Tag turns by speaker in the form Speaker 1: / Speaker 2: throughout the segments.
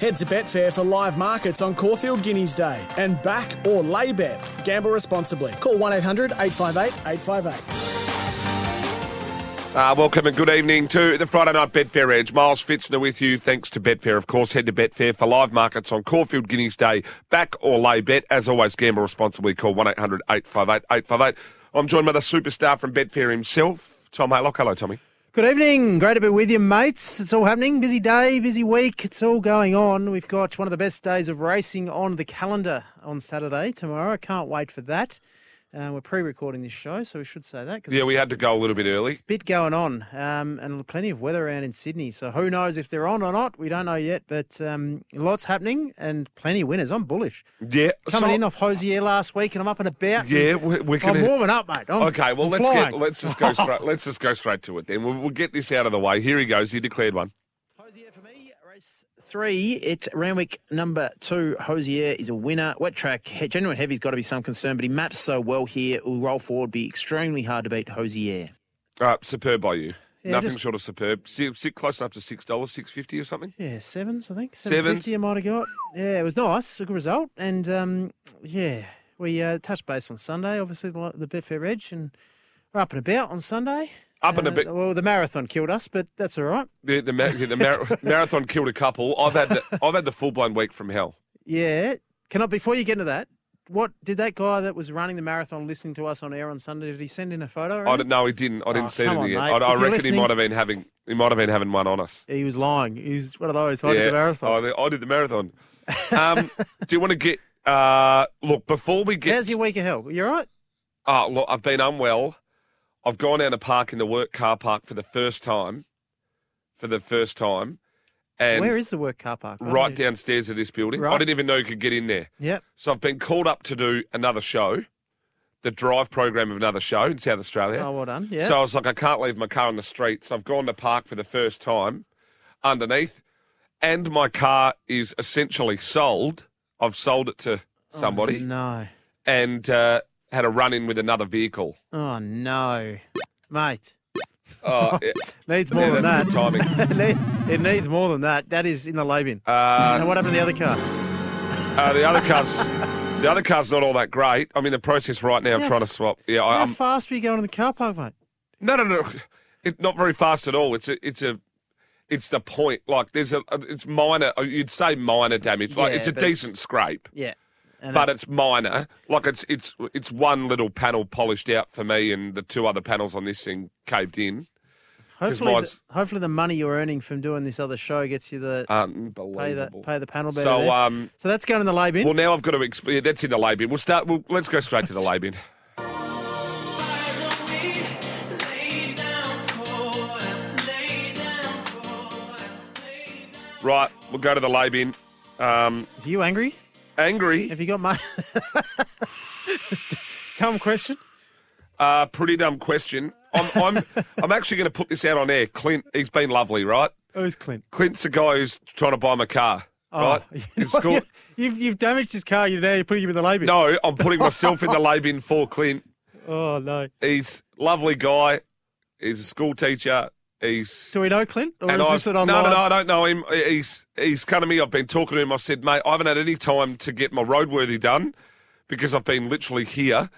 Speaker 1: Head to Betfair for live markets on Caulfield Guineas Day and back or lay bet. Gamble responsibly. Call 1 800 858 858.
Speaker 2: Uh, welcome and good evening to the Friday Night Betfair Edge. Miles Fitzner with you. Thanks to Betfair, of course. Head to Betfair for live markets on Caulfield Guineas Day. Back or lay bet. As always, gamble responsibly. Call 1800 858 858. I'm joined by the superstar from Betfair himself, Tom Haylock. Hello, Tommy.
Speaker 3: Good evening. Great to be with you, mates. It's all happening. Busy day, busy week. It's all going on. We've got one of the best days of racing on the calendar on Saturday tomorrow. I can't wait for that. Uh, we're pre-recording this show, so we should say that because
Speaker 2: Yeah, we had to go a little bit early.
Speaker 3: bit going on, um, and plenty of weather around in Sydney. So who knows if they're on or not? We don't know yet, but um, lots happening and plenty of winners. I'm bullish.
Speaker 2: Yeah.
Speaker 3: Coming
Speaker 2: so-
Speaker 3: in off Hosier last week, and I'm up and about. and
Speaker 2: Yeah, we- we're
Speaker 3: I'm
Speaker 2: gonna-
Speaker 3: warming up, mate. I'm-
Speaker 2: Okay, well
Speaker 3: I'm
Speaker 2: let's get
Speaker 3: flying.
Speaker 2: let's just go straight let's just go straight to it then. We'll, we'll get this out of the way. Here he goes. He declared one.
Speaker 3: Hosier for me, race three. It's Ranwick number two. Hosier is a winner. Wet track, he- genuine heavy's got to be some concern, but he maps so well here. Will roll forward, be extremely hard to beat Hosier.
Speaker 2: Uh, superb by you.
Speaker 3: Yeah,
Speaker 2: Nothing
Speaker 3: just-
Speaker 2: short of superb. Sit, sit close enough to six dollars, six fifty or something.
Speaker 3: Yeah, sevens, I think.
Speaker 2: Sevens.
Speaker 3: Seven fifty, I might have got. Yeah, it was nice. A good result. And um, yeah, we uh, touched base on Sunday, obviously, the, the Betfair Edge, and we're up and about on Sunday.
Speaker 2: Up and
Speaker 3: Uh,
Speaker 2: a bit.
Speaker 3: Well, the marathon killed us, but that's all right.
Speaker 2: The, the, mar- the mar- marathon killed a couple. I've had the, I've had the full blown week from hell.
Speaker 3: Yeah. Can I, before you get into that, what did that guy that was running the marathon listening to us on air on Sunday, did he send in a photo?
Speaker 2: I
Speaker 3: or anything?
Speaker 2: didn't. No, he didn't. I didn't
Speaker 3: Oh,
Speaker 2: see it in
Speaker 3: come
Speaker 2: the end.
Speaker 3: on, mate.
Speaker 2: I, I
Speaker 3: If you're
Speaker 2: reckon he
Speaker 3: listening-
Speaker 2: might have been having he might have been having one on us.
Speaker 3: He was lying. He was one of those. I did the marathon.
Speaker 2: I, did- I did the marathon. Um, do you want to get? Uh, look, before we get.
Speaker 3: How's your week of hell? You all right?
Speaker 2: Oh, look, I've been unwell. I've gone down to park in the work car park for the first time. For the first time, and
Speaker 3: Where is the work car park? I don't
Speaker 2: right
Speaker 3: know.
Speaker 2: downstairs of this building. I
Speaker 3: Right.
Speaker 2: didn't even know you could get in there.
Speaker 3: Yep.
Speaker 2: So I've been called up to do another show, the drive program of another show in South Australia.
Speaker 3: Oh, well done. Yeah.
Speaker 2: So I was like, I can't leave my car on the street. So I've gone to park for the first time underneath, and my car is essentially sold. I've sold it to
Speaker 3: Oh,
Speaker 2: somebody
Speaker 3: no.
Speaker 2: and uh, had a run in with another vehicle.
Speaker 3: Oh, no. Mate,
Speaker 2: Oh, yeah,
Speaker 3: needs more
Speaker 2: yeah,
Speaker 3: than
Speaker 2: that's
Speaker 3: that.
Speaker 2: good timing.
Speaker 3: Ne- it needs more than that. That is in the lay bin.
Speaker 2: Uh,
Speaker 3: and what happened to the other car?
Speaker 2: uh, the other car's the other car's not all that great. I'm in the process right now. I'm
Speaker 3: How
Speaker 2: trying to
Speaker 3: f-
Speaker 2: swap. Yeah, I,
Speaker 3: How
Speaker 2: I'm
Speaker 3: fast were you going in the car park, mate?
Speaker 2: No, no, no. It, not very fast at all. It's a, it's a, it's the point. Like there's a, it's minor. uh, You'd say minor damage. Like
Speaker 3: Yeah,
Speaker 2: it's a
Speaker 3: but it's-
Speaker 2: decent scrape,
Speaker 3: Yeah. And
Speaker 2: but
Speaker 3: uh,
Speaker 2: it's minor. Like it's it's it's one little panel polished out for me, and the two other panels on this thing caved in.
Speaker 3: hopefully,
Speaker 2: mine's-
Speaker 3: the, hopefully the money you're earning from doing this other show gets you
Speaker 2: Uh,
Speaker 3: the pay the
Speaker 2: Unbelievable.
Speaker 3: pay the panel better.
Speaker 2: so
Speaker 3: there.
Speaker 2: um,
Speaker 3: so that's going in the lay bin.
Speaker 2: well now I've got to exp- yeah, That's in the lay bin. We'll start. We'll, let's go straight to the lay bin. Right, we'll go to the lay bin. Um,
Speaker 3: Are you angry?
Speaker 2: angry.
Speaker 3: Have you got money? Dumb question.
Speaker 2: Uh, pretty dumb question. I'm, I'm, I'm actually going to put this out on air. Clint, he's been lovely, right?
Speaker 3: Who's Oh, Clint?
Speaker 2: Clint's the guy who's trying to buy my car,
Speaker 3: Oh,
Speaker 2: right? It's cool.
Speaker 3: You've you've damaged his car. You now you're putting him in the lay bin.
Speaker 2: No, I'm putting myself in the lay bin for Clint.
Speaker 3: Oh no.
Speaker 2: He's lovely guy. He's a school teacher. He's
Speaker 3: Do we know Clint, or
Speaker 2: and
Speaker 3: is
Speaker 2: I've,
Speaker 3: this an
Speaker 2: no, no,
Speaker 3: online?
Speaker 2: no, I don't know him. He's he's come to me. I've been talking to him. I've said, mate, I haven't had any time to get my roadworthy done because I've been literally here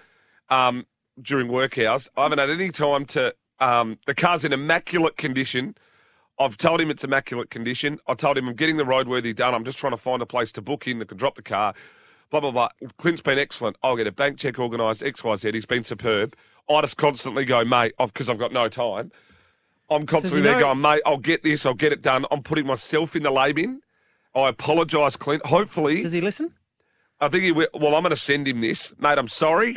Speaker 2: um, during work hours. I haven't had any time to. Um, the car's in immaculate condition. I've told him it's immaculate condition. I told him I'm getting the roadworthy done. I'm just trying to find a place to book in that can drop the car. Blah blah blah. Clint's been excellent. I'll get a bank check organised. X Y Z. He's been superb. I just constantly go, mate, because I've got no time. I'm constantly there
Speaker 3: know-
Speaker 2: going, mate, I'll get this, I'll get it done. I'm putting myself in the lay bin. I apologise, Clint. Hopefully,
Speaker 3: Does he listen?
Speaker 2: I think he will. Well, I'm going to send him this. Mate, I'm sorry.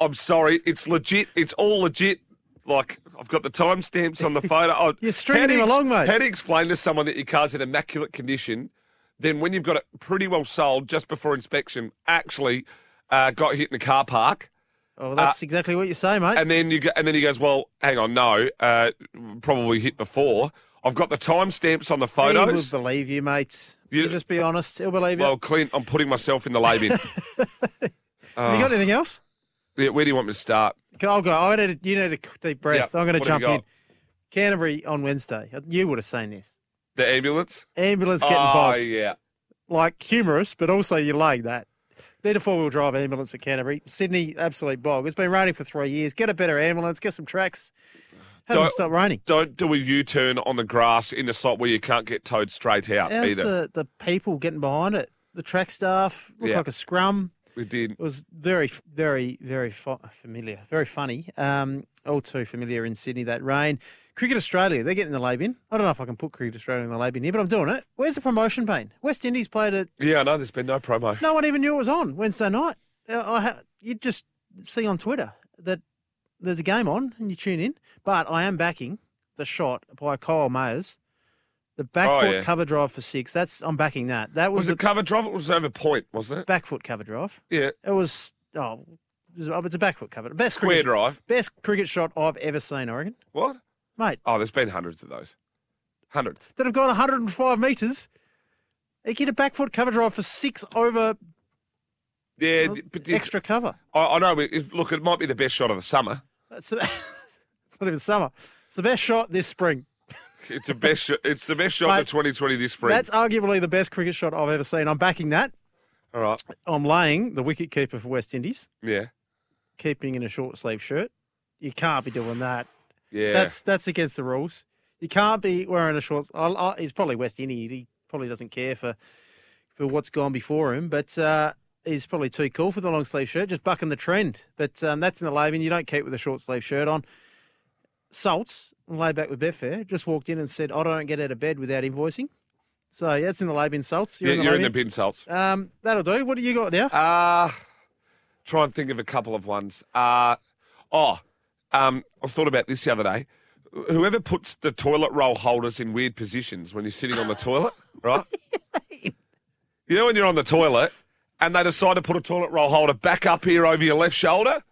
Speaker 2: I'm sorry. It's legit. It's all legit. Like, I've got the timestamps on the photo. I-
Speaker 3: You're stringing
Speaker 2: How do you
Speaker 3: him along, mate.
Speaker 2: How do you explain to someone that your car's in immaculate condition, then when you've got it pretty well sold just before inspection, actually uh, got hit in the car park?
Speaker 3: Oh, that's exactly what you say, mate.
Speaker 2: And then you go, and then he goes, "Well, hang on, no, uh, probably hit before. I've got the timestamps on the
Speaker 3: He will
Speaker 2: photos."
Speaker 3: believe you, mate.
Speaker 2: You-
Speaker 3: You, just be honest. He'll believe you.
Speaker 2: Well, Clint, I'm putting myself in the lay bin. Uh,
Speaker 3: Have you got anything else?
Speaker 2: Yeah, where do you want me to start?
Speaker 3: Okay, I'll go. I need a, you need a deep breath.
Speaker 2: Yeah,
Speaker 3: I'm going
Speaker 2: what
Speaker 3: to
Speaker 2: have
Speaker 3: jump
Speaker 2: you
Speaker 3: in. Canterbury on Wednesday. You would have seen this.
Speaker 2: The ambulance.
Speaker 3: Ambulance getting
Speaker 2: oh
Speaker 3: bogged.
Speaker 2: yeah.
Speaker 3: Like humorous, but also you like that. Need a four wheel drive ambulance at Canterbury. Sydney, absolute bog. It's been raining for three years. Get a better ambulance. Get some tracks. Hasn't
Speaker 2: Don't-
Speaker 3: stopped raining.
Speaker 2: Don't do a U-turn on the grass in the slot where you can't get towed straight out
Speaker 3: How's
Speaker 2: either.
Speaker 3: the, the people getting behind it? The track staff looked
Speaker 2: Yeah.
Speaker 3: like a scrum.
Speaker 2: It did.
Speaker 3: It was very, very, very fa- familiar, very funny. Um, all too familiar in Sydney, that rain. Cricket Australia, they're getting the lay bin. I don't know if I can put Cricket Australia in the lay bin here, but I'm doing it. Where's the promotion pain? West Indies played it.
Speaker 2: Yeah, I know. There's been no promo.
Speaker 3: No one even knew it was on Wednesday night. Uh, I ha- you just see on Twitter that there's a game on and you tune in. But I am backing the shot by Kyle Mayers. The back
Speaker 2: Oh,
Speaker 3: foot
Speaker 2: yeah.
Speaker 3: cover drive for six. That's I'm backing that. That was,
Speaker 2: Was
Speaker 3: the
Speaker 2: it cover drive? It was over point, wasn't it?
Speaker 3: back foot cover drive.
Speaker 2: Yeah,
Speaker 3: It was oh, it was- it's a back foot cover. Best
Speaker 2: square
Speaker 3: cricket,
Speaker 2: drive.
Speaker 3: best cricket shot I've ever seen. I reckon,
Speaker 2: What?
Speaker 3: mate.
Speaker 2: Oh, there's been hundreds of those. Hundreds.
Speaker 3: That have gone 105 meters. He get a back foot cover drive for six over
Speaker 2: Yeah, but did-
Speaker 3: extra cover.
Speaker 2: I, I know. It, look, it might be the best shot of the summer.
Speaker 3: That's the, it's not even summer. It's the best shot this spring.
Speaker 2: It's the best. shot it's the best shot
Speaker 3: Mate,
Speaker 2: of 2020 this spring.
Speaker 3: That's arguably the best cricket shot I've ever seen. I'm backing that.
Speaker 2: All right.
Speaker 3: I'm laying the wicket keeper for West Indies,
Speaker 2: Yeah.
Speaker 3: keeping in a short sleeve shirt. You can't be doing that.
Speaker 2: Yeah.
Speaker 3: That's that's against the rules. You can't be wearing a short. I, I, he's probably West Indian. He probably doesn't care for for what's gone before him, but uh, he's probably too cool for the long sleeve shirt. Just bucking the trend. But um, that's in the lab, and you don't keep with a short sleeve shirt on. Salts lay back with Betfair. Just walked in and said, "I don't get out of bed without invoicing." So yeah, it's in the lab in Salts. You're
Speaker 2: yeah,
Speaker 3: in the
Speaker 2: you're in the
Speaker 3: lab in.
Speaker 2: bin salts.
Speaker 3: Um, that'll do. What do you got now?
Speaker 2: Uh try and think of a couple of ones. Uh oh, um, I thought about this the other day. Wh- Whoever puts the toilet roll holders in weird positions when you're sitting on the toilet, right? You know when you're on the toilet and they decide to put a toilet roll holder back up here over your left shoulder?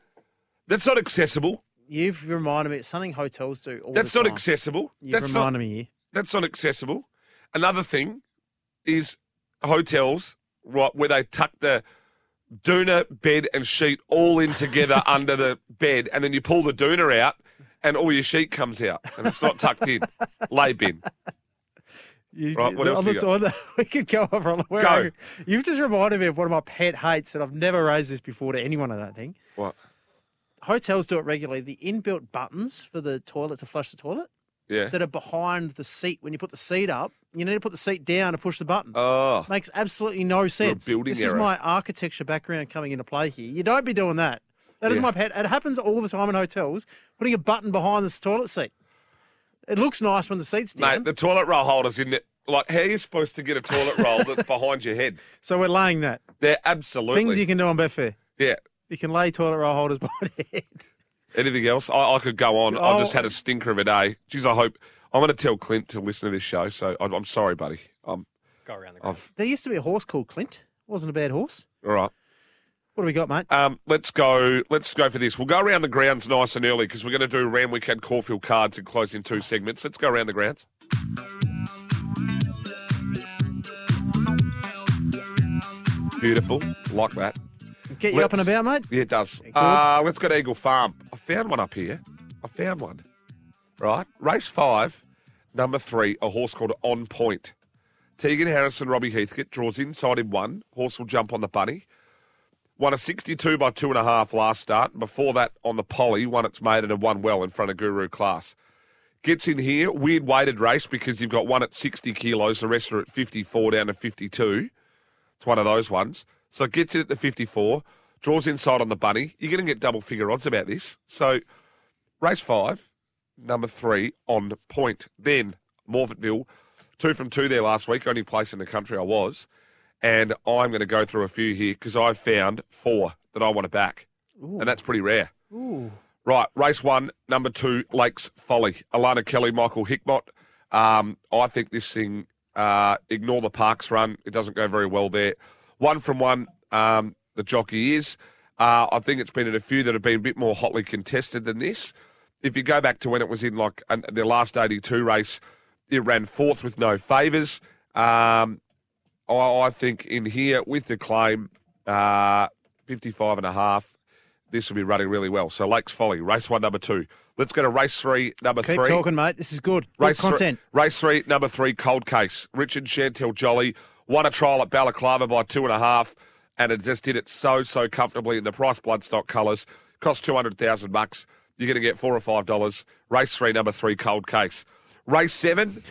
Speaker 2: That's not accessible.
Speaker 3: You've reminded me it's something hotels do. All
Speaker 2: That's
Speaker 3: the
Speaker 2: not
Speaker 3: time.
Speaker 2: accessible.
Speaker 3: You've
Speaker 2: That's not
Speaker 3: reminded me here.
Speaker 2: that's not accessible. Another thing is hotels, right, where they tuck the doona, bed, and sheet all in together under the bed, and then you pull the doona out, and all your sheet comes out, and it's not tucked in. Lay bin.
Speaker 3: You,
Speaker 2: Right, what
Speaker 3: I'm
Speaker 2: else
Speaker 3: not-
Speaker 2: you
Speaker 3: I'm not- we could go over. a lot. We're
Speaker 2: Go.
Speaker 3: angry. You've just reminded me of one of my pet hates, and I've never raised this before to anyone. I don't think
Speaker 2: What?
Speaker 3: hotels do it regularly. The inbuilt buttons for the toilet to flush the toilet
Speaker 2: Yeah.
Speaker 3: that are behind the seat. When you put the seat up, you need to put the seat down to push the button.
Speaker 2: Oh,
Speaker 3: Makes absolutely no sense.
Speaker 2: building
Speaker 3: this is
Speaker 2: error.
Speaker 3: my architecture background coming into play here. You don't be doing that. That is
Speaker 2: Yeah.
Speaker 3: my pet. It happens all the time in hotels. Putting a button behind the toilet seat. It looks nice when the seat's down.
Speaker 2: mate, the toilet roll holders in it. Like, how are you supposed to get a toilet roll that's behind your head?
Speaker 3: so we're laying that.
Speaker 2: They're absolutely.
Speaker 3: Things you can do on Betfair.
Speaker 2: yeah.
Speaker 3: You can lay toilet roll holders by the head.
Speaker 2: Anything else? I, I could go on. I've just
Speaker 3: Oh.
Speaker 2: had a stinker of a day. Geez, I hope I'm going to tell Clint to listen to this show. So I'm, I'm sorry, buddy. I'm
Speaker 4: Go around the
Speaker 2: I've
Speaker 3: There used to be a horse called Clint. Wasn't a bad horse.
Speaker 2: all right.
Speaker 3: What do we got, mate?
Speaker 2: Um, let's go. Let's go for this. We'll go around the grounds nice and early because we're going to do Ramwick and Caulfield cards and close in two segments. Let's go around the grounds. Beautiful, like that.
Speaker 3: Get you up and
Speaker 2: let's-
Speaker 3: about, mate.
Speaker 2: Yeah, it does. Uh, let's go to Eagle Farm. I found one up here. I found one. Right? Race five, number three, a horse called On Point. Tegan Harrison, Robbie Heathcote draws inside in one. Horse will jump on the bunny. Won a 62 by two and a half last start. Before that, on the Polly, won its maiden and won well in front of Guru Class. Gets in here, weird weighted race because you've got one at 60 kilos, the rest are at 54 down to 52. It's one of those ones. So it gets it at the 54, draws inside on the bunny. You're going to get double figure odds about this. So race five, number three on point. Then Morfettville, two from two there last week, only place in the country I was. And I'm going to go through a few here because I found four that I want to back. And that's pretty rare.
Speaker 3: Ooh.
Speaker 2: Right, race one, number two, Lakes Folly. Alana Kelly, Michael Hickmott. Um, I think this thing, uh, ignore the parks run. It doesn't go very well there. One from one, um, the jockey is. Uh, I think it's been in a few that have been a bit more hotly contested than this. If you go back to when it was in like an, the last 82 race, it ran fourth with no favours. Um, I, I think in here with the claim, uh, 55 and a half, this will be running really well. So Lakes Folly, race one, number two. Let's go to race three, number
Speaker 3: Keep
Speaker 2: three.
Speaker 3: talking, mate. This is good. Good
Speaker 2: Race
Speaker 3: content.
Speaker 2: Three, race three, number three, cold case. Richard Chantel Jolly won a trial at Balaclava by two and a half, and it just did it so so comfortably in the price bloodstock colours. Cost two hundred thousand bucks. You're going to get four or five dollars. Race three, number three, cold case. Race seven.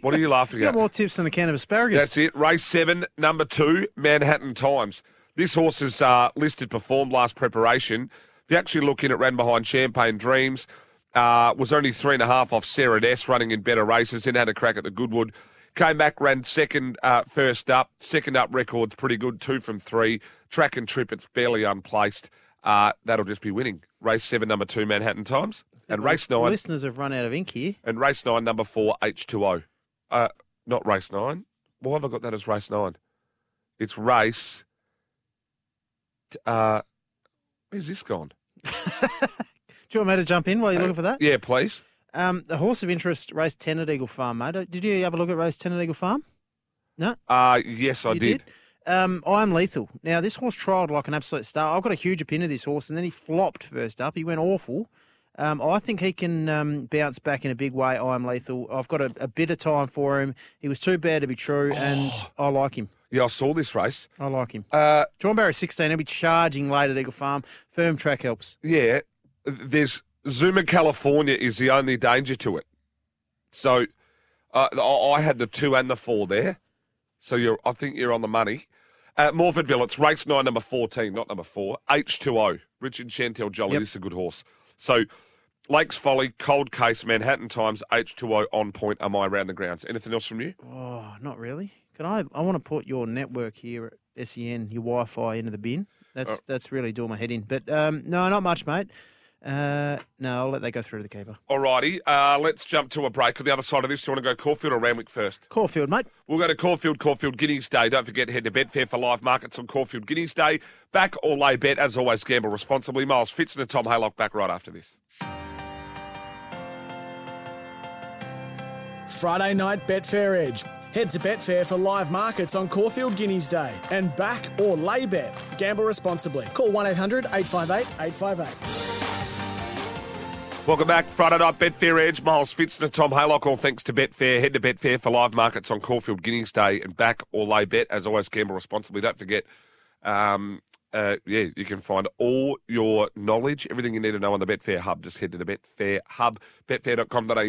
Speaker 2: what are you laughing
Speaker 3: Got
Speaker 2: at?
Speaker 3: more tips than a can of asparagus.
Speaker 2: That's it. Race seven, number two, Manhattan Times. This horse is uh, listed performed last preparation. If you actually look in, it ran behind Champagne Dreams. Uh, was only three and a half off Sarah S running in better races, then had a crack at the Goodwood. Came back, ran second uh, first up. Second up record's pretty good, two from three. Track and trip, it's barely unplaced. Uh, that'll just be winning. Race seven, number two, Manhattan Times. And race
Speaker 3: The
Speaker 2: nine,
Speaker 3: Listeners have run out of ink here.
Speaker 2: and race nine, number four, H2O. Uh, not race nine. Why have I got that as race nine? It's race. t- Uh, where's this gone?
Speaker 3: Do you want me to jump in while you're looking for that?
Speaker 2: Uh, Yeah, please.
Speaker 3: Um, the horse of interest, race 10 at Eagle Farm, mate. Uh, Did you have a look at race 10 at Eagle Farm?
Speaker 2: Uh, yes, I
Speaker 3: You
Speaker 2: did.
Speaker 3: Um, I'm lethal. Now, this horse trialled like an absolute star. I've got a huge opinion of this horse, and then he flopped first up. He went awful. Um, I think he can um, bounce back in a big way. I'm lethal. I've got a, a bit of time for him. He was too bad to be true, and
Speaker 2: Oh.
Speaker 3: I like him.
Speaker 2: Yeah, I saw this race.
Speaker 3: I like him.
Speaker 2: Uh,
Speaker 3: John Barry 16. He'll be charging late at Eagle Farm. Firm track helps.
Speaker 2: yeah, there's Zuma, California is the only danger to it. So uh, I I had the two and the four there. So you're, I think you're on the money. Uh, Morfordville, it's race nine, number 14, not number four. H2O, Richard Chantel Jolly.
Speaker 3: Yep.
Speaker 2: This is a good horse. So Lakes Folly, Cold Case, Manhattan Times, H2O on point. Am I around the grounds? Anything else from you?
Speaker 3: Oh, not really. Can I? I want to put your network here at SEN, your Wi-Fi into the bin. That's that's really doing my head in. But um, no, not much, mate. Uh, no, I'll let that go through to the keeper.
Speaker 2: All righty. Uh, let's jump to a break. On the other side of this, do you want to go Caulfield or Ramwick first?
Speaker 3: Caulfield, mate.
Speaker 2: We'll go to Caulfield, Caulfield Guineas Day. Don't forget, head to Betfair for live markets on Caulfield Guineas Day. Back or lay bet, as always, gamble responsibly. Miles Fitzner, Tom Haylock back right after this.
Speaker 1: Friday night Betfair Edge. Head to Betfair for live markets on Caulfield Guineas Day and back or lay bet. Gamble responsibly. Call 1 800 858 858.
Speaker 2: Welcome back, Friday night Betfair Edge. Miles Fitzner, Tom Haylock, all thanks to Betfair. Head to Betfair for live markets on Caulfield Guineas Day and back or lay bet. As always, gamble responsibly. Don't forget, um, uh, yeah, you can find all your knowledge, everything you need to know on the Betfair Hub. Just head to the Betfair Hub, betfair.com.au.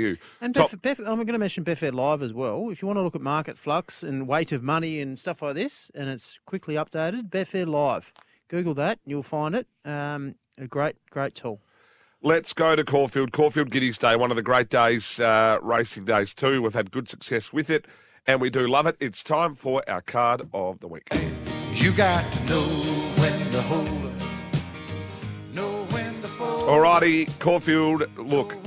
Speaker 3: And
Speaker 2: Tom-
Speaker 3: Betf- Betf- I'm going to mention Betfair Live as well. If you want to look at market flux and weight of money and stuff like this, and it's quickly updated, Betfair Live. Google that, you'll find it. Um, a great, great tool.
Speaker 2: Let's go to Caulfield. Caulfield Giddies Day, one of the great days, uh, racing days too. We've had good success with it, and we do love it. It's time for our card of the week.
Speaker 4: You got to know when to hold 'em, know when to fold.
Speaker 2: Alrighty, Caulfield. Look, g-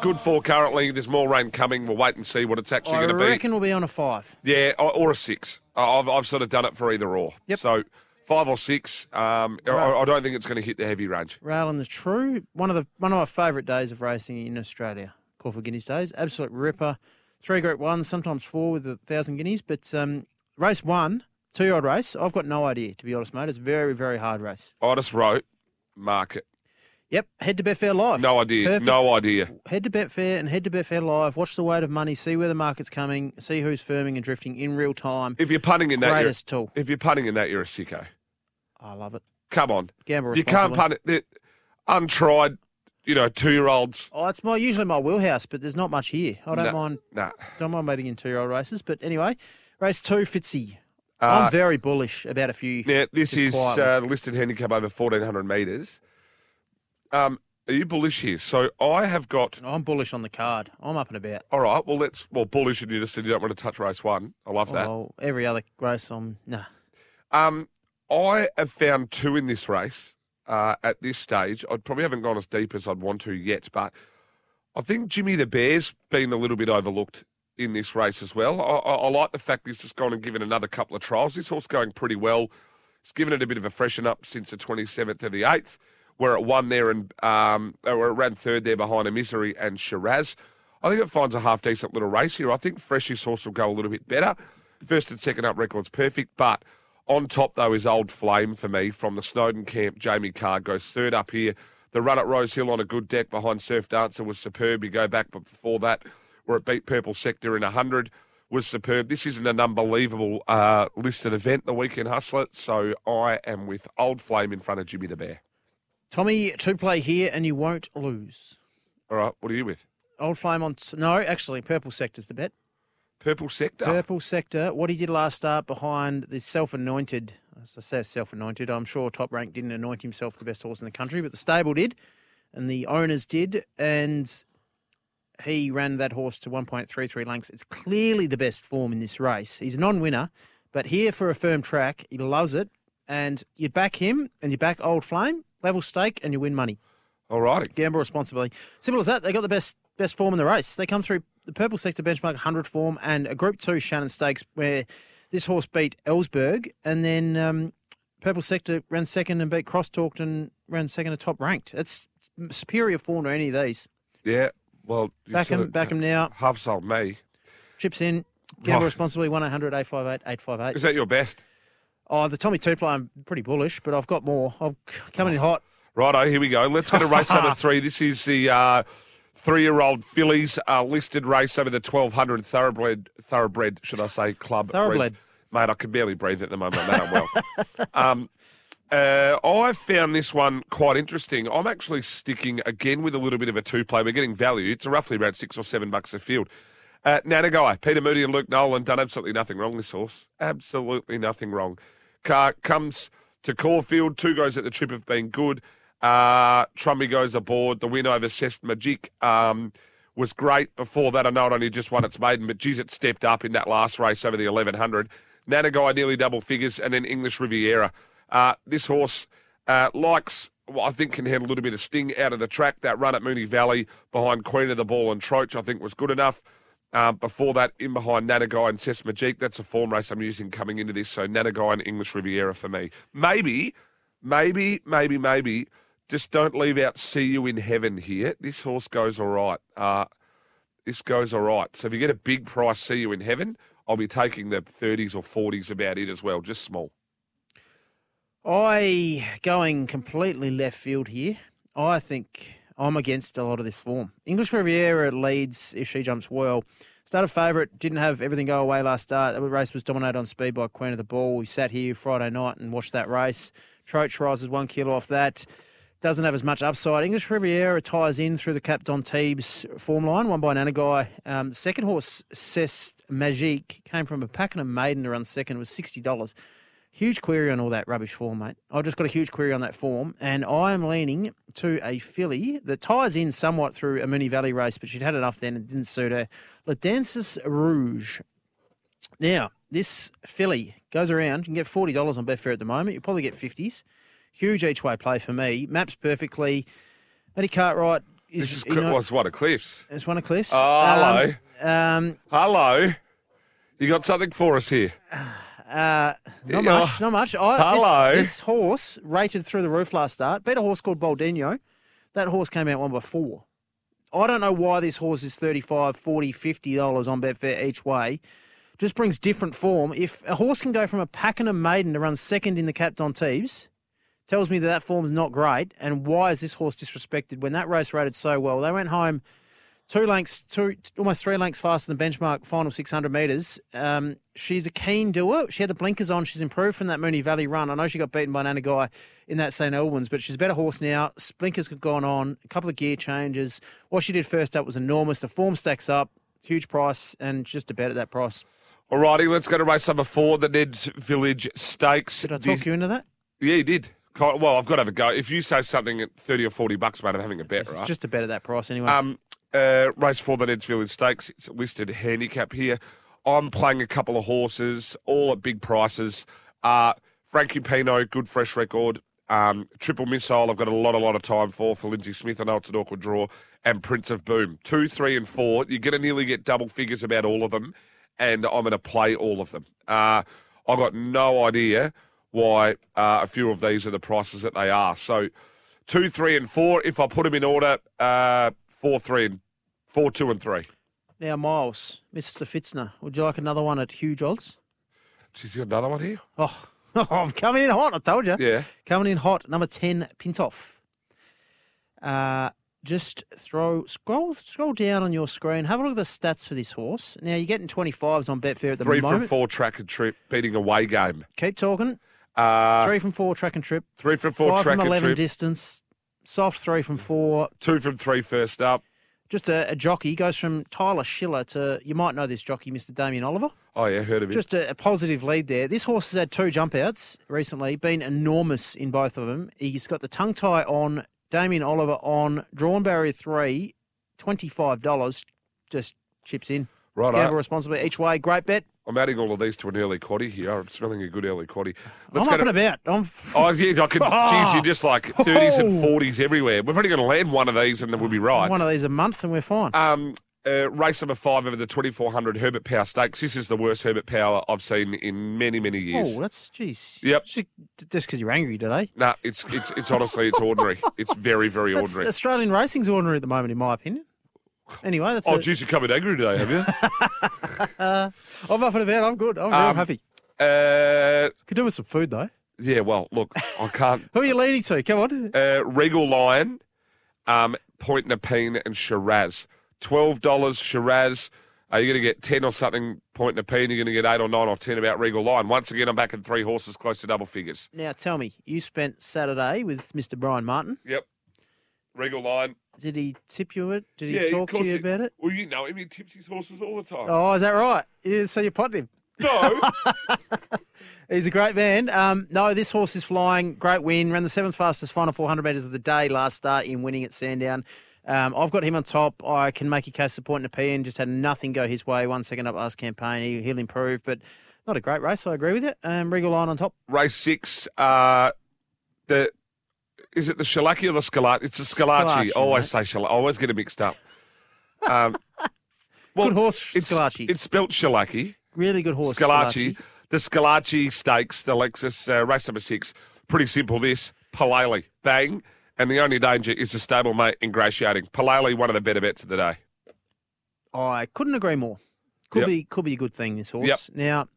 Speaker 2: good four currently. There's more rain coming. We'll wait and see what it's actually
Speaker 3: I
Speaker 2: going to be.
Speaker 3: reckon we'll be on a five.
Speaker 2: Yeah, or, or a six. I- I've, I've sort of done it for either or.
Speaker 3: Yep.
Speaker 2: So five or six. Um, I- I, I don't think it's going to hit the heavy range.
Speaker 3: Rail and the True, one of the one of my favourite days of racing in Australia. Corfu Guineas days, absolute ripper. Three Group Ones, sometimes four with a thousand guineas, but um, race one, two year old race. I've got no idea to be honest, mate. It's a very very hard race.
Speaker 2: I just wrote market.
Speaker 3: Yep, head to Betfair Live.
Speaker 2: No idea.
Speaker 3: Perfect.
Speaker 2: No idea.
Speaker 3: Head to Betfair and head to Betfair Live. Watch the weight of money, see where the market's coming, see who's firming and drifting in real time.
Speaker 2: If you're punting in that, you're,
Speaker 3: Greatest tool.
Speaker 2: if you're punting in that, you're a sicko.
Speaker 3: I love it.
Speaker 2: Come on.
Speaker 3: Gamble
Speaker 2: You can't punt
Speaker 3: responsibly.
Speaker 2: it. it- Untried, you know, two year olds.
Speaker 3: Oh, it's my usually my wheelhouse, but there's not much here. I don't
Speaker 2: No.
Speaker 3: mind
Speaker 2: Nah.
Speaker 3: Don't mind waiting in two year old races. But anyway, race two, Fitzy.
Speaker 2: Uh,
Speaker 3: I'm very bullish about a few.
Speaker 2: Now, this is
Speaker 3: Just quietly.
Speaker 2: uh, listed handicap over 1,400 metres. Um, are you bullish here? So I have got.
Speaker 3: I'm bullish on the card. I'm up and about.
Speaker 2: All right, well, let's. Well, bullish, and you just said you don't want to touch race one. I love that.
Speaker 3: Well, every other race, I'm nah.
Speaker 2: Um, I have found two in this race uh, at this stage. I probably haven't gone as deep as I'd want to yet, but I think Jimmy the Bear's been a little bit overlooked in this race as well. I, I, I like the fact this has gone and given another couple of trials. This horse going pretty well. It's given it a bit of a freshen up since the 27th to the 8th, where it won there and um, or it ran third there behind Emissary and Shiraz. I think it finds a half decent little race here. I think Freshie's horse will go a little bit better. First and second up records perfect, but on top though is Old Flame for me from the Snowden camp. Jamie Carr goes third up here. The run at Rose Hill on a good deck behind Surf Dancer was superb. You go back, but before that, where it beat Purple Sector in 100 was superb. This isn't an unbelievable uh, listed event, the Weekend Hustler, so I am with Old Flame in front of Jimmy the Bear.
Speaker 3: Tommy, two play here and you won't lose.
Speaker 2: All right, what are you with?
Speaker 3: Old Flame on. T- no, actually, Purple Sector's the bet.
Speaker 2: Purple Sector.
Speaker 3: Purple Sector, what he did last start behind the self anointed, as I say self anointed, I'm sure Top Rank didn't anoint himself the best horse in the country, but the stable did, and the owners did, and he ran that horse to 1.33 lengths. It's clearly the best form in this race. He's a non winner, but here for a firm track, he loves it, and you back him and you back Old Flame, level stake, and you win money.
Speaker 2: All righty.
Speaker 3: Gamble responsibly. Simple as that. They got the best best form in the race. They come through the purple sector benchmark 100 form and a Group Two Shannon Stakes where this horse beat Ellsberg and then um, purple sector ran second and beat Crosstalked and ran second to top ranked. It's superior form to any of these.
Speaker 2: Yeah, well, you
Speaker 3: Back
Speaker 2: sort
Speaker 3: him,
Speaker 2: of
Speaker 3: back him now.
Speaker 2: Half sold me.
Speaker 3: Chips in. Gamble
Speaker 2: Right.
Speaker 3: responsibly. One 800 858 858.
Speaker 2: Is that your best?
Speaker 3: Oh, the Tommy Two play. I'm pretty bullish, but I've got more. I'm c- coming in hot.
Speaker 2: Righto, here we go. Let's go to race number three. This is the uh, three-year-old fillies uh, listed race over the twelve hundred thoroughbred, thoroughbred, should I say, club?
Speaker 3: Thoroughbred.
Speaker 2: race. mate. I can barely breathe at the moment. Mate, I'm well. um, uh, I found this one quite interesting. I'm actually sticking again with a little bit of a two-play. We're getting value. It's roughly around six or seven bucks a field. Uh, Nanagai, Peter Moody, and Luke Nolan done absolutely nothing wrong. This horse, absolutely nothing wrong. Car comes to Caulfield. Two goes at the trip have been good. Uh, Trumby goes aboard. The win over Sest Magic um, was great. Before that, I know it only just won its maiden, but geez, it stepped up in that last race over the 1100. Nanagai nearly double figures, and then English Riviera. Uh, this horse uh, likes, well, I think, can have a little bit of sting out of the track. That run at Mooney Valley behind Queen of the Ball and Troach, I think, was good enough. Uh, before that, in behind Nanagai and Sesmajeek. That's a form race I'm using coming into this. So Nanagai and English Riviera for me. Maybe, maybe, maybe, maybe. Just don't leave out See You in Heaven here. This horse goes all right. Uh, this goes all right. So if you get a big price, See You in Heaven, I'll be taking the 30s or 40s about it as well, just small.
Speaker 3: I going completely left field here. I think I'm against a lot of this form. English Riviera leads if she jumps well. Started favourite, didn't have everything go away last start. The race was dominated on speed by Queen of the Ball. We sat here Friday night and watched that race. Troach rises one kilo off that. Doesn't have as much upside. English Riviera ties in through the Cap Don Teebs form line, won by Nanagai. Um, the second horse, Cest Magique, came from a pack and a maiden to run second, was $60. Huge query on all that rubbish form, mate. I've just got a huge query on that form, and I am leaning to a filly that ties in somewhat through a Mooney Valley race, but she'd had enough then and it didn't suit her. La Dances Rouge. Now, this filly goes around. You can get $40 on Betfair at the moment. You'll probably get 50s. Huge each way play for me. Maps perfectly. Matty Cartwright is.
Speaker 2: This is
Speaker 3: you know,
Speaker 2: was what a cliffs.
Speaker 3: it's one of Cliff's.
Speaker 2: Oh, hello.
Speaker 3: Um, um,
Speaker 2: Hello, you got something for us here?
Speaker 3: Uh,
Speaker 2: Yeah.
Speaker 3: not much, not much. I, this-
Speaker 2: Hello.
Speaker 3: This, horse rated through the roof last start. Beat a horse called Baldino. That horse came out one by four. I don't know why this horse is 35 40 50 dollars on Betfair each way. Just brings different form. If a horse can go from a pack and a maiden to run second in the Cap Don Teebs, tells me that that form's not great. And why is this horse disrespected when that race rated so well? They went home two lengths, two almost three lengths faster than benchmark final 600 meters. Um, she's a keen doer. She had the blinkers on. She's improved from that Mooney Valley run. I know she got beaten by Nanagai in that St. Albans, but she's a better horse now. S- Blinkers have gone on. A couple of gear changes. What she did first up was enormous. The form stacks up. Huge price and just a bet at that price.
Speaker 2: Alrighty, let's go to race number four, the Ned Village Stakes.
Speaker 3: Did I
Speaker 2: This-
Speaker 3: talk you into that?
Speaker 2: Yeah, you did. Quite- Well, I've got to have a go. If you say something at 30 or 40 bucks, mate, I'm having a bet,
Speaker 3: It's
Speaker 2: right?
Speaker 3: just a bet at that price anyway.
Speaker 2: Um, uh, race four, the Neds Village Stakes. It's a listed handicap here. I'm playing a couple of horses, all at big prices. Uh, Frankie Pino, good fresh record. Um, triple missile, I've got a lot, a lot of time for for Lindsay Smith. I know it's an awkward draw. And Prince of Boom, two, three, and four. You're going to nearly get double figures about all of them, and I'm going to play all of them. Uh, I've got no idea why uh, a few of these are the prices that they are. So two, three, and four. If I put them in order, uh, four, three, and four, two, and three.
Speaker 3: Now, Miles, Mr. Fitzner, would you like another one at huge odds?
Speaker 2: She's got another one here.
Speaker 3: Oh, I'm coming in hot. I told you.
Speaker 2: Yeah.
Speaker 3: Coming in hot. Number 10, Pintoff. Uh, just throw, scroll scroll down on your screen. Have a look at the stats for this horse. Now, you're getting 25s on Betfair at the
Speaker 2: Three
Speaker 3: moment.
Speaker 2: from four track and trip, beating away game.
Speaker 3: Keep talking.
Speaker 2: Uh,
Speaker 3: three from four, track and trip.
Speaker 2: three from four
Speaker 3: Five
Speaker 2: track
Speaker 3: from
Speaker 2: and
Speaker 3: 11
Speaker 2: trip.
Speaker 3: distance. Soft three from four.
Speaker 2: two from three first up.
Speaker 3: Just a, a jockey. Goes from Tyler Schiller to, you might know this jockey, Mr. Damien Oliver.
Speaker 2: Oh yeah, heard of it.
Speaker 3: Just a, a positive lead there. This horse has had two jump outs recently, been enormous in both of them. He's got the tongue tie on, Damien Oliver on, drawn barrier three, $25, just chips in.
Speaker 2: right
Speaker 3: Gamble responsibly each way. Great bet.
Speaker 2: I'm adding all of these to an early quaddy here. I'm smelling a good early quaddy.
Speaker 3: I'm up
Speaker 2: to,
Speaker 3: and about. I'm,
Speaker 2: Oh yeah, I could. Geez, you're just like 30s and
Speaker 3: Oh.
Speaker 2: 40s everywhere. We're only going to land one of these, and then we'll be right.
Speaker 3: one of these a month and we're fine.
Speaker 2: Um, uh, race number five over the 2400 Herbert Power Stakes. This is the worst Herbert Power I've seen in many, many years.
Speaker 3: oh, that's, jeez.
Speaker 2: Yep.
Speaker 3: Just because you're angry today.
Speaker 2: Nah, it's it's it's honestly it's ordinary. It's very very
Speaker 3: That's,
Speaker 2: ordinary.
Speaker 3: Australian racing's ordinary at the moment, in my opinion. Anyway, that's
Speaker 2: Oh,
Speaker 3: it.
Speaker 2: geez, you covered angry today, have you?
Speaker 3: I'm up and about. I'm good. I'm real
Speaker 2: Um,
Speaker 3: happy.
Speaker 2: uh,
Speaker 3: Could do with some food, though.
Speaker 2: yeah. Well, look, I can't.
Speaker 3: Who are you leaning to? Come on.
Speaker 2: Uh, Regal Lion, um, Point Nepean, and Shiraz. Twelve dollars Shiraz. Are you going to get ten or something? Point Nepean. You're going to get eight or nine or ten about Regal Lion. Once again, I'm back in three horses close to double figures.
Speaker 3: Now tell me, you spent Saturday with Mr. Brian Martin.
Speaker 2: Yep. Regal Lion.
Speaker 3: Did he tip you it? Did he
Speaker 2: of
Speaker 3: talk to
Speaker 2: course
Speaker 3: you
Speaker 2: he-
Speaker 3: about it?
Speaker 2: Well, you know him. He tips his horses all the time.
Speaker 3: Oh, is that right? Yeah, so you potted him.
Speaker 2: No.
Speaker 3: He's a great man. Um, no, this horse is flying. Great win. Ran the seventh fastest final 400 metres of the day last start in winning at Sandown. Um, I've got him on top. I can make a case of point in a PN. Just had nothing go his way. One second up last campaign. He, he'll improve, but not a great race. I agree with it. Um, Regal Line on top.
Speaker 2: Race six. Uh, the is it the Shalaki or the Scalacci? It's the Scalacci.
Speaker 3: Scalacci,
Speaker 2: I always say Shalaki. I always get it mixed up. Um, well,
Speaker 3: Good horse,
Speaker 2: It's,
Speaker 3: Scalacci.
Speaker 2: it's spelt Shalaki.
Speaker 3: really good horse.
Speaker 2: Scalacci.
Speaker 3: Scalacci.
Speaker 2: The Scalacci stakes, the Lexus uh, race number six. Pretty simple this. Palele, bang. And the only danger is the stablemate ingratiating. Palele, one of the better bets of the day.
Speaker 3: I couldn't agree more. Could
Speaker 2: Yep.
Speaker 3: be could be a good thing. This horse.
Speaker 2: Yep.
Speaker 3: Now,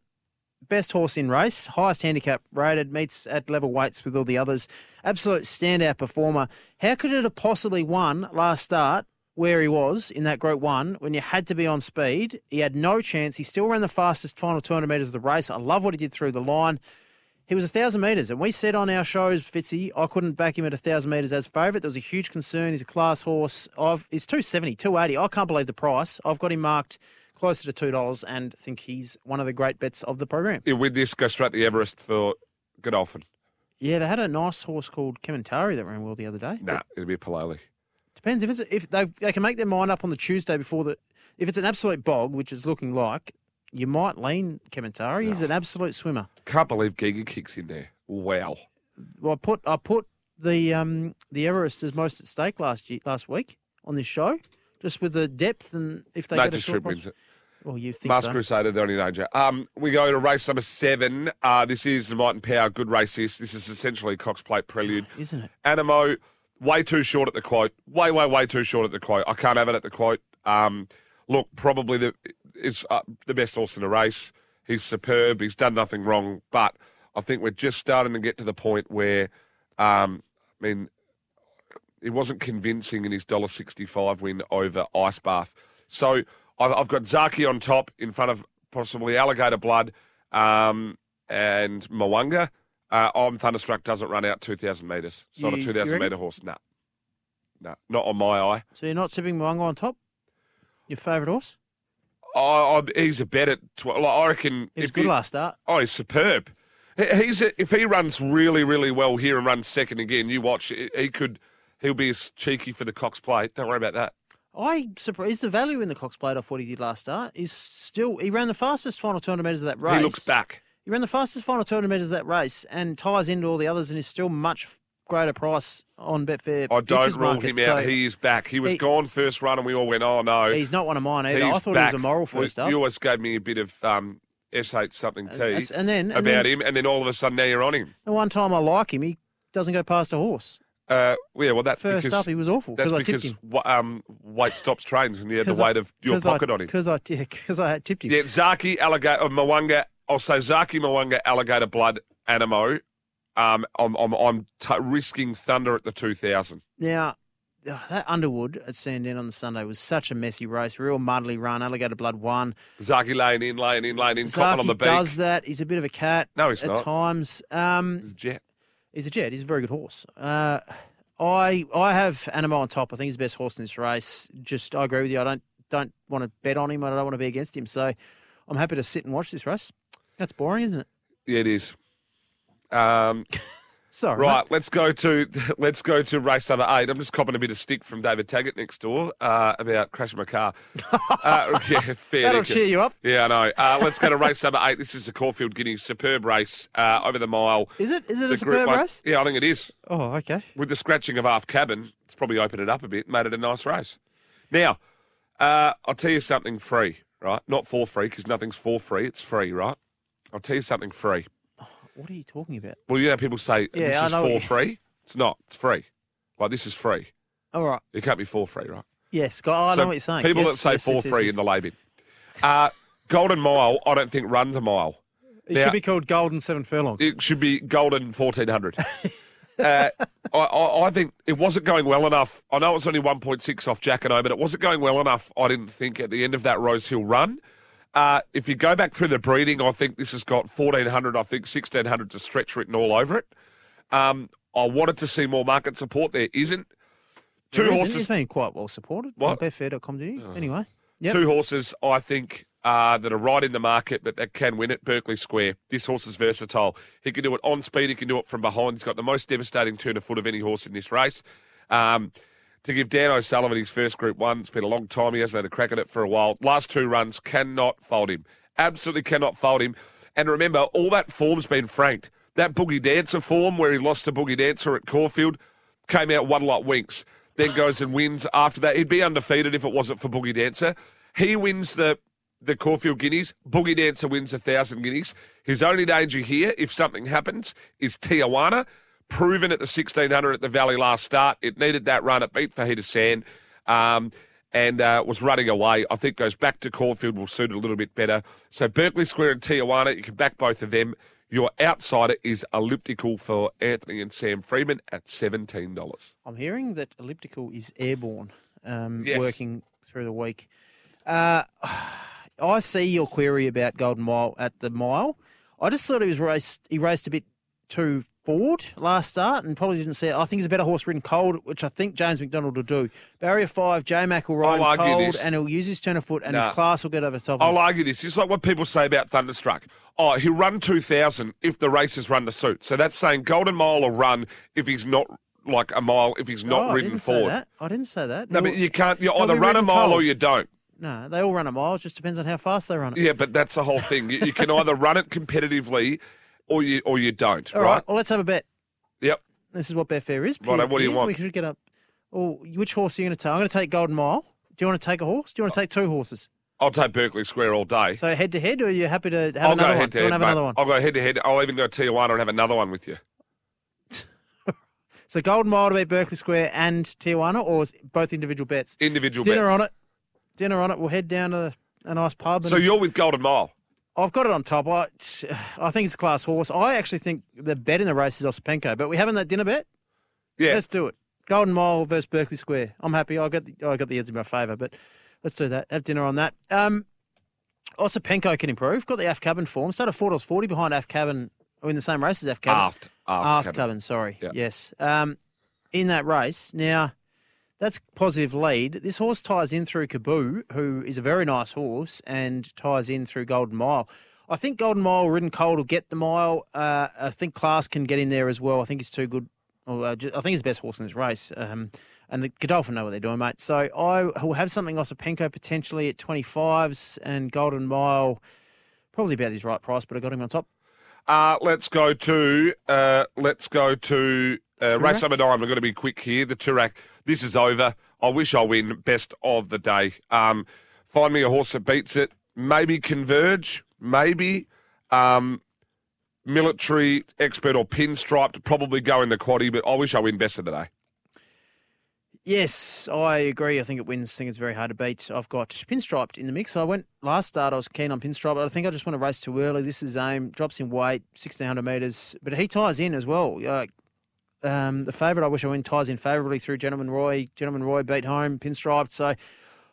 Speaker 3: best horse in race, highest handicap rated, meets at level weights with all the others. Absolute standout performer. How could it have possibly won last start? Where he was in that group one, when you had to be on speed, he had no chance. He still ran the fastest final 200 metres of the race. I love what he did through the line. He was a thousand metres, and we said on our shows, Fitzy, I couldn't back him at a thousand metres as favourite. There was a huge concern. He's a class horse. I've, he's 270, 280. I can't believe the price. I've got him marked closer to $2 and think he's one of the great bets of the program.
Speaker 2: Yeah, with this, go straight to the Everest for Godolphin.
Speaker 3: Yeah, they had a nice horse called Kementari that ran well the other day.
Speaker 2: Nah, it'll be Palele.
Speaker 3: Depends if it's if they they can make their mind up on the Tuesday before the if it's an absolute bog, which it's looking like, you might lean Kementari. He's an absolute swimmer.
Speaker 2: Can't believe Giga kicks in there. Wow.
Speaker 3: Well, I put I put the um the Everest as most at stake last year last week on this show, just with the depth and if they
Speaker 2: no,
Speaker 3: get a
Speaker 2: just
Speaker 3: short
Speaker 2: trip
Speaker 3: price.
Speaker 2: wins it.
Speaker 3: Well, you think
Speaker 2: Mask
Speaker 3: so?
Speaker 2: Crusader, the only danger. Um, we go to race number seven. Uh, this is the Might and Power. Good race this. This is essentially Cox Plate Prelude.
Speaker 3: Isn't it?
Speaker 2: Animo, way too short at the quote. Way, way, way too short at the quote. I can't have it at the quote. Um, look, probably the it's uh, the best horse in the race. He's superb. He's done nothing wrong. But I think we're just starting to get to the point where, um, I mean, he wasn't convincing in his dollar sixty-five win over Ice Bath. So I've, I've got Zaki on top in front of possibly Alligator Blood um, and Mwanga. Uh, I'm thunderstruck. Doesn't run out two thousand meters. It's not
Speaker 3: You-
Speaker 2: a
Speaker 3: you
Speaker 2: two thousand
Speaker 3: reckon?
Speaker 2: meter horse. Nah, nah, not on my eye.
Speaker 3: So you're not tipping Mwanga on top? Your favourite horse?
Speaker 2: I, I, he's a bet at twelve. Like, I reckon
Speaker 3: He was
Speaker 2: if
Speaker 3: good
Speaker 2: he,
Speaker 3: last start.
Speaker 2: oh, he's superb. He- He's a, if he runs really, really well here and runs second again, you watch. He he could, he'll be as cheeky for the Cox plate. Don't worry about that.
Speaker 3: I surprised the value in the Cox Plate off what he did last start is still he ran the fastest final 200 metres of that race.
Speaker 2: He looks back.
Speaker 3: He ran the fastest final 200 metres of that race and ties into all the others and is still much greater price on Betfair.
Speaker 2: I don't
Speaker 3: futures
Speaker 2: rule
Speaker 3: market,
Speaker 2: him out.
Speaker 3: so
Speaker 2: he is back. He was
Speaker 3: He-
Speaker 2: gone first run, and we all went, "Oh no,
Speaker 3: he's not one of mine either.
Speaker 2: he's
Speaker 3: I thought he
Speaker 2: back."
Speaker 3: was a moral
Speaker 2: Well,
Speaker 3: first up.
Speaker 2: You always gave me a bit of um, sh something T
Speaker 3: that's- and then- and
Speaker 2: about
Speaker 3: then-
Speaker 2: him, and then all of a sudden now you're on him.
Speaker 3: The one time I like him, he doesn't go past a horse.
Speaker 2: Uh, yeah, well that's
Speaker 3: First
Speaker 2: because
Speaker 3: up, he was awful
Speaker 2: that's
Speaker 3: because I tipped
Speaker 2: because
Speaker 3: him.
Speaker 2: wa- um, weight stops trains, and you had the
Speaker 3: 'Cause I-
Speaker 2: weight of your
Speaker 3: 'cause I-
Speaker 2: pocket on him.
Speaker 3: Cause I, yeah, 'cause I had tipped him.
Speaker 2: Yeah, Zaki alligator uh, Mwanga. Also, Zaki Mwanga alligator blood animo. Um, I'm I'm, I'm t- risking thunder at the two thousand.
Speaker 3: Now, ugh, that Underwood at Sandown on the Sunday was such a messy race. Real muddly run. Alligator Blood won.
Speaker 2: Zaki laying in, laying in, laying in, copping
Speaker 3: Zaki
Speaker 2: on the beak.
Speaker 3: does that. He's a bit of a cat.
Speaker 2: No, he's
Speaker 3: at
Speaker 2: not.
Speaker 3: times. Um,
Speaker 2: He's a jet.
Speaker 3: he's a jet. He's a very good horse. Uh, I I have Animo on top. I think he's the best horse in this race. Just I agree with you. I don't don't want to bet on him. I don't want to be against him. So I'm happy to sit and watch this race. That's boring, isn't it?
Speaker 2: Yeah, it is. Um,
Speaker 3: Sorry. mate.
Speaker 2: Right, let's go to let's go to race number eight. I'm just copping a bit of stick from David Taggart next door uh, about crashing my car. uh, yeah, fair
Speaker 3: That'll
Speaker 2: dinkum.
Speaker 3: cheer you up.
Speaker 2: Yeah, I know. Uh, let's go to race number eight. This is the Caulfield Guinea superb race uh, over the mile.
Speaker 3: Is it? Is it
Speaker 2: The
Speaker 3: a superb
Speaker 2: one-
Speaker 3: race?
Speaker 2: Yeah, I think it is.
Speaker 3: Oh, okay.
Speaker 2: With the scratching of half cabin, it's probably opened it up a bit, made it a nice race. Now, uh, I'll tell you something free, right? Not for free because nothing's for free. It's free, right? I'll tell you something free.
Speaker 3: What are you talking about?
Speaker 2: Well, you know, people say
Speaker 3: Yeah,
Speaker 2: this
Speaker 3: I
Speaker 2: is
Speaker 3: know
Speaker 2: for
Speaker 3: what you-
Speaker 2: free. It's not. It's free. Like this is free.
Speaker 3: All right.
Speaker 2: It can't be for free, right?
Speaker 3: Yes. go- I
Speaker 2: So
Speaker 3: know what you're saying.
Speaker 2: People
Speaker 3: Yes,
Speaker 2: that say
Speaker 3: yes,
Speaker 2: for
Speaker 3: yes, yes,
Speaker 2: free
Speaker 3: yes.
Speaker 2: in the lay bin. Uh, Golden Mile, I don't think runs a mile.
Speaker 3: It
Speaker 2: Now-
Speaker 3: should be called Golden Seven Furlongs.
Speaker 2: It should be Golden fourteen hundred. uh, I, I, I think it wasn't going well enough. I know it's only one point six off Jack and O, but it wasn't going well enough. I didn't think at the end of that Rose Hill run. Uh, if you go back through the breeding, I think this has got fourteen hundred. I think sixteen hundred to stretch written all over it. Um, I wanted to see more market support. There isn't. Two
Speaker 3: There isn't.
Speaker 2: horses.
Speaker 3: It's been quite well supported.
Speaker 2: What? Oh.
Speaker 3: What? Betfair.com, did you? Anyway. Yep.
Speaker 2: Two horses, I think, uh, that are right in the market, but that can win at Berkeley Square. This horse is versatile. He can do it on speed. He can do it from behind. He's got the most devastating turn of foot of any horse in this race. Um, to give Dan O'Sullivan his first Group One, it's been a long time. He hasn't had a crack at it for a while. Last two runs cannot fold him. Absolutely cannot fold him. And remember, all that form's been franked. That boogie dancer form where he lost to boogie dancer at Caulfield came out one lot winks, then goes and wins after that. He'd be undefeated if it wasn't for Boogie Dancer. He wins the the Caulfield Guineas. Boogie Dancer wins a thousand guineas. His only danger here, if something happens, is Tijuana. Proven at the sixteen hundred at the Valley last start. It needed that run. It beat Fajita Sand. Um, and uh, was running away. I think goes back to Caulfield will suit it a little bit better. So Berkeley Square and Tijuana, you can back both of them. Your outsider is elliptical for Anthony and Sam Freeman at seventeen dollars.
Speaker 3: I'm hearing that elliptical is airborne, um,
Speaker 2: Yes.
Speaker 3: working through the week. Uh, I see your query about Golden Mile at the mile. I just thought he was raced. He raced a bit too forward last start, and probably didn't see it. I think he's a better horse ridden cold, which I think James McDonald will do. Barrier five, J Mac will ride
Speaker 2: I'll
Speaker 3: him
Speaker 2: argue
Speaker 3: cold,
Speaker 2: this.
Speaker 3: and he'll use his turn of foot, and
Speaker 2: Nah.
Speaker 3: his class will get over the top. of him.
Speaker 2: I'll argue this. It's like what people say about Thunderstruck. Oh, he'll run two thousand if the race is run to suit. So that's saying Golden Mile will run if he's not like a mile if he's
Speaker 3: Oh,
Speaker 2: not
Speaker 3: I
Speaker 2: ridden
Speaker 3: didn't say
Speaker 2: forward.
Speaker 3: that. I didn't say that.
Speaker 2: No,
Speaker 3: He'll-
Speaker 2: but you can't. You
Speaker 3: He'll
Speaker 2: either
Speaker 3: be
Speaker 2: run a
Speaker 3: ridden
Speaker 2: mile or
Speaker 3: cold.
Speaker 2: you don't.
Speaker 3: No, they all run a mile. It just depends on how fast they run it.
Speaker 2: Yeah, but that's the whole thing. You, you can either run it competitively, or you or you don't.
Speaker 3: All right.
Speaker 2: right?
Speaker 3: Well, let's have a bet.
Speaker 2: Yep.
Speaker 3: This is what Betfair is.
Speaker 2: Righto, what do you
Speaker 3: Yeah,
Speaker 2: want?
Speaker 3: We should get up. Oh, which horse are you going to take? I'm going to take Golden Mile. Do you want to take a horse? Do you want to take two horses?
Speaker 2: I'll take Berkeley Square all day.
Speaker 3: So head to head, or are you happy to have
Speaker 2: I'll go
Speaker 3: another one?
Speaker 2: head
Speaker 3: Do
Speaker 2: to head.
Speaker 3: you want to have
Speaker 2: mate.
Speaker 3: another one?
Speaker 2: I'll go head to head. I'll even go to Tijuana and have another one with you.
Speaker 3: So Golden Mile to beat Berkeley Square and Tijuana, or is it both individual bets?
Speaker 2: Individual
Speaker 3: Dinner
Speaker 2: bets.
Speaker 3: on it. Dinner on it. We'll head down to a nice pub. And
Speaker 2: So you're with Golden Mile.
Speaker 3: I've got it on top. I, I think it's a class horse. I actually think the bet in the race is Osipenko, but we haven't that dinner bet.
Speaker 2: Yeah.
Speaker 3: Let's do it. Golden Mile versus Berkeley Square. I'm happy. I got the, I got the edge in my favour, but let's do that. Have dinner on that. Um, Osipenko can improve. Got the AF Cabin form. Started four dollars forty behind AF Cabin or in the same race as AF Cabin.
Speaker 2: Aft. Aft.
Speaker 3: Aft
Speaker 2: Cabin.
Speaker 3: Cabin, sorry.
Speaker 2: Yeah.
Speaker 3: Yes. Um, in that race now. That's positive lead. This horse ties in through Kaboo, who is a very nice horse, and ties in through Golden Mile. I think Golden Mile ridden cold will get the mile. Uh, I think Class can get in there as well. I think he's too good. Or, uh, ju- I think he's the best horse in this race. Um, and Godolphin know what they're doing, mate. So I will have something Osipenko potentially at 25s and Golden Mile, probably about his right price, but I got him on top.
Speaker 2: Uh, let's go to uh, let's go to uh, race number nine. We're going to be quick here. The Turak. This is over. I wish I win best of the day. Um, find me a horse that beats it. Maybe Converge. maybe um, military expert or pinstripe to probably go in the quaddy, but I wish I win best of the day.
Speaker 3: Yes, I agree. I think it wins. I think it's very hard to beat. I've got pinstriped in the mix. I went last start. I was keen on pinstripe, but I think I just want to race too early. This is aim. Drops in weight, sixteen hundred meters, but he ties in as well. Like um, the favourite, I wish I win ties in favourably through Gentleman Roy. Gentleman Roy beat home pinstriped, so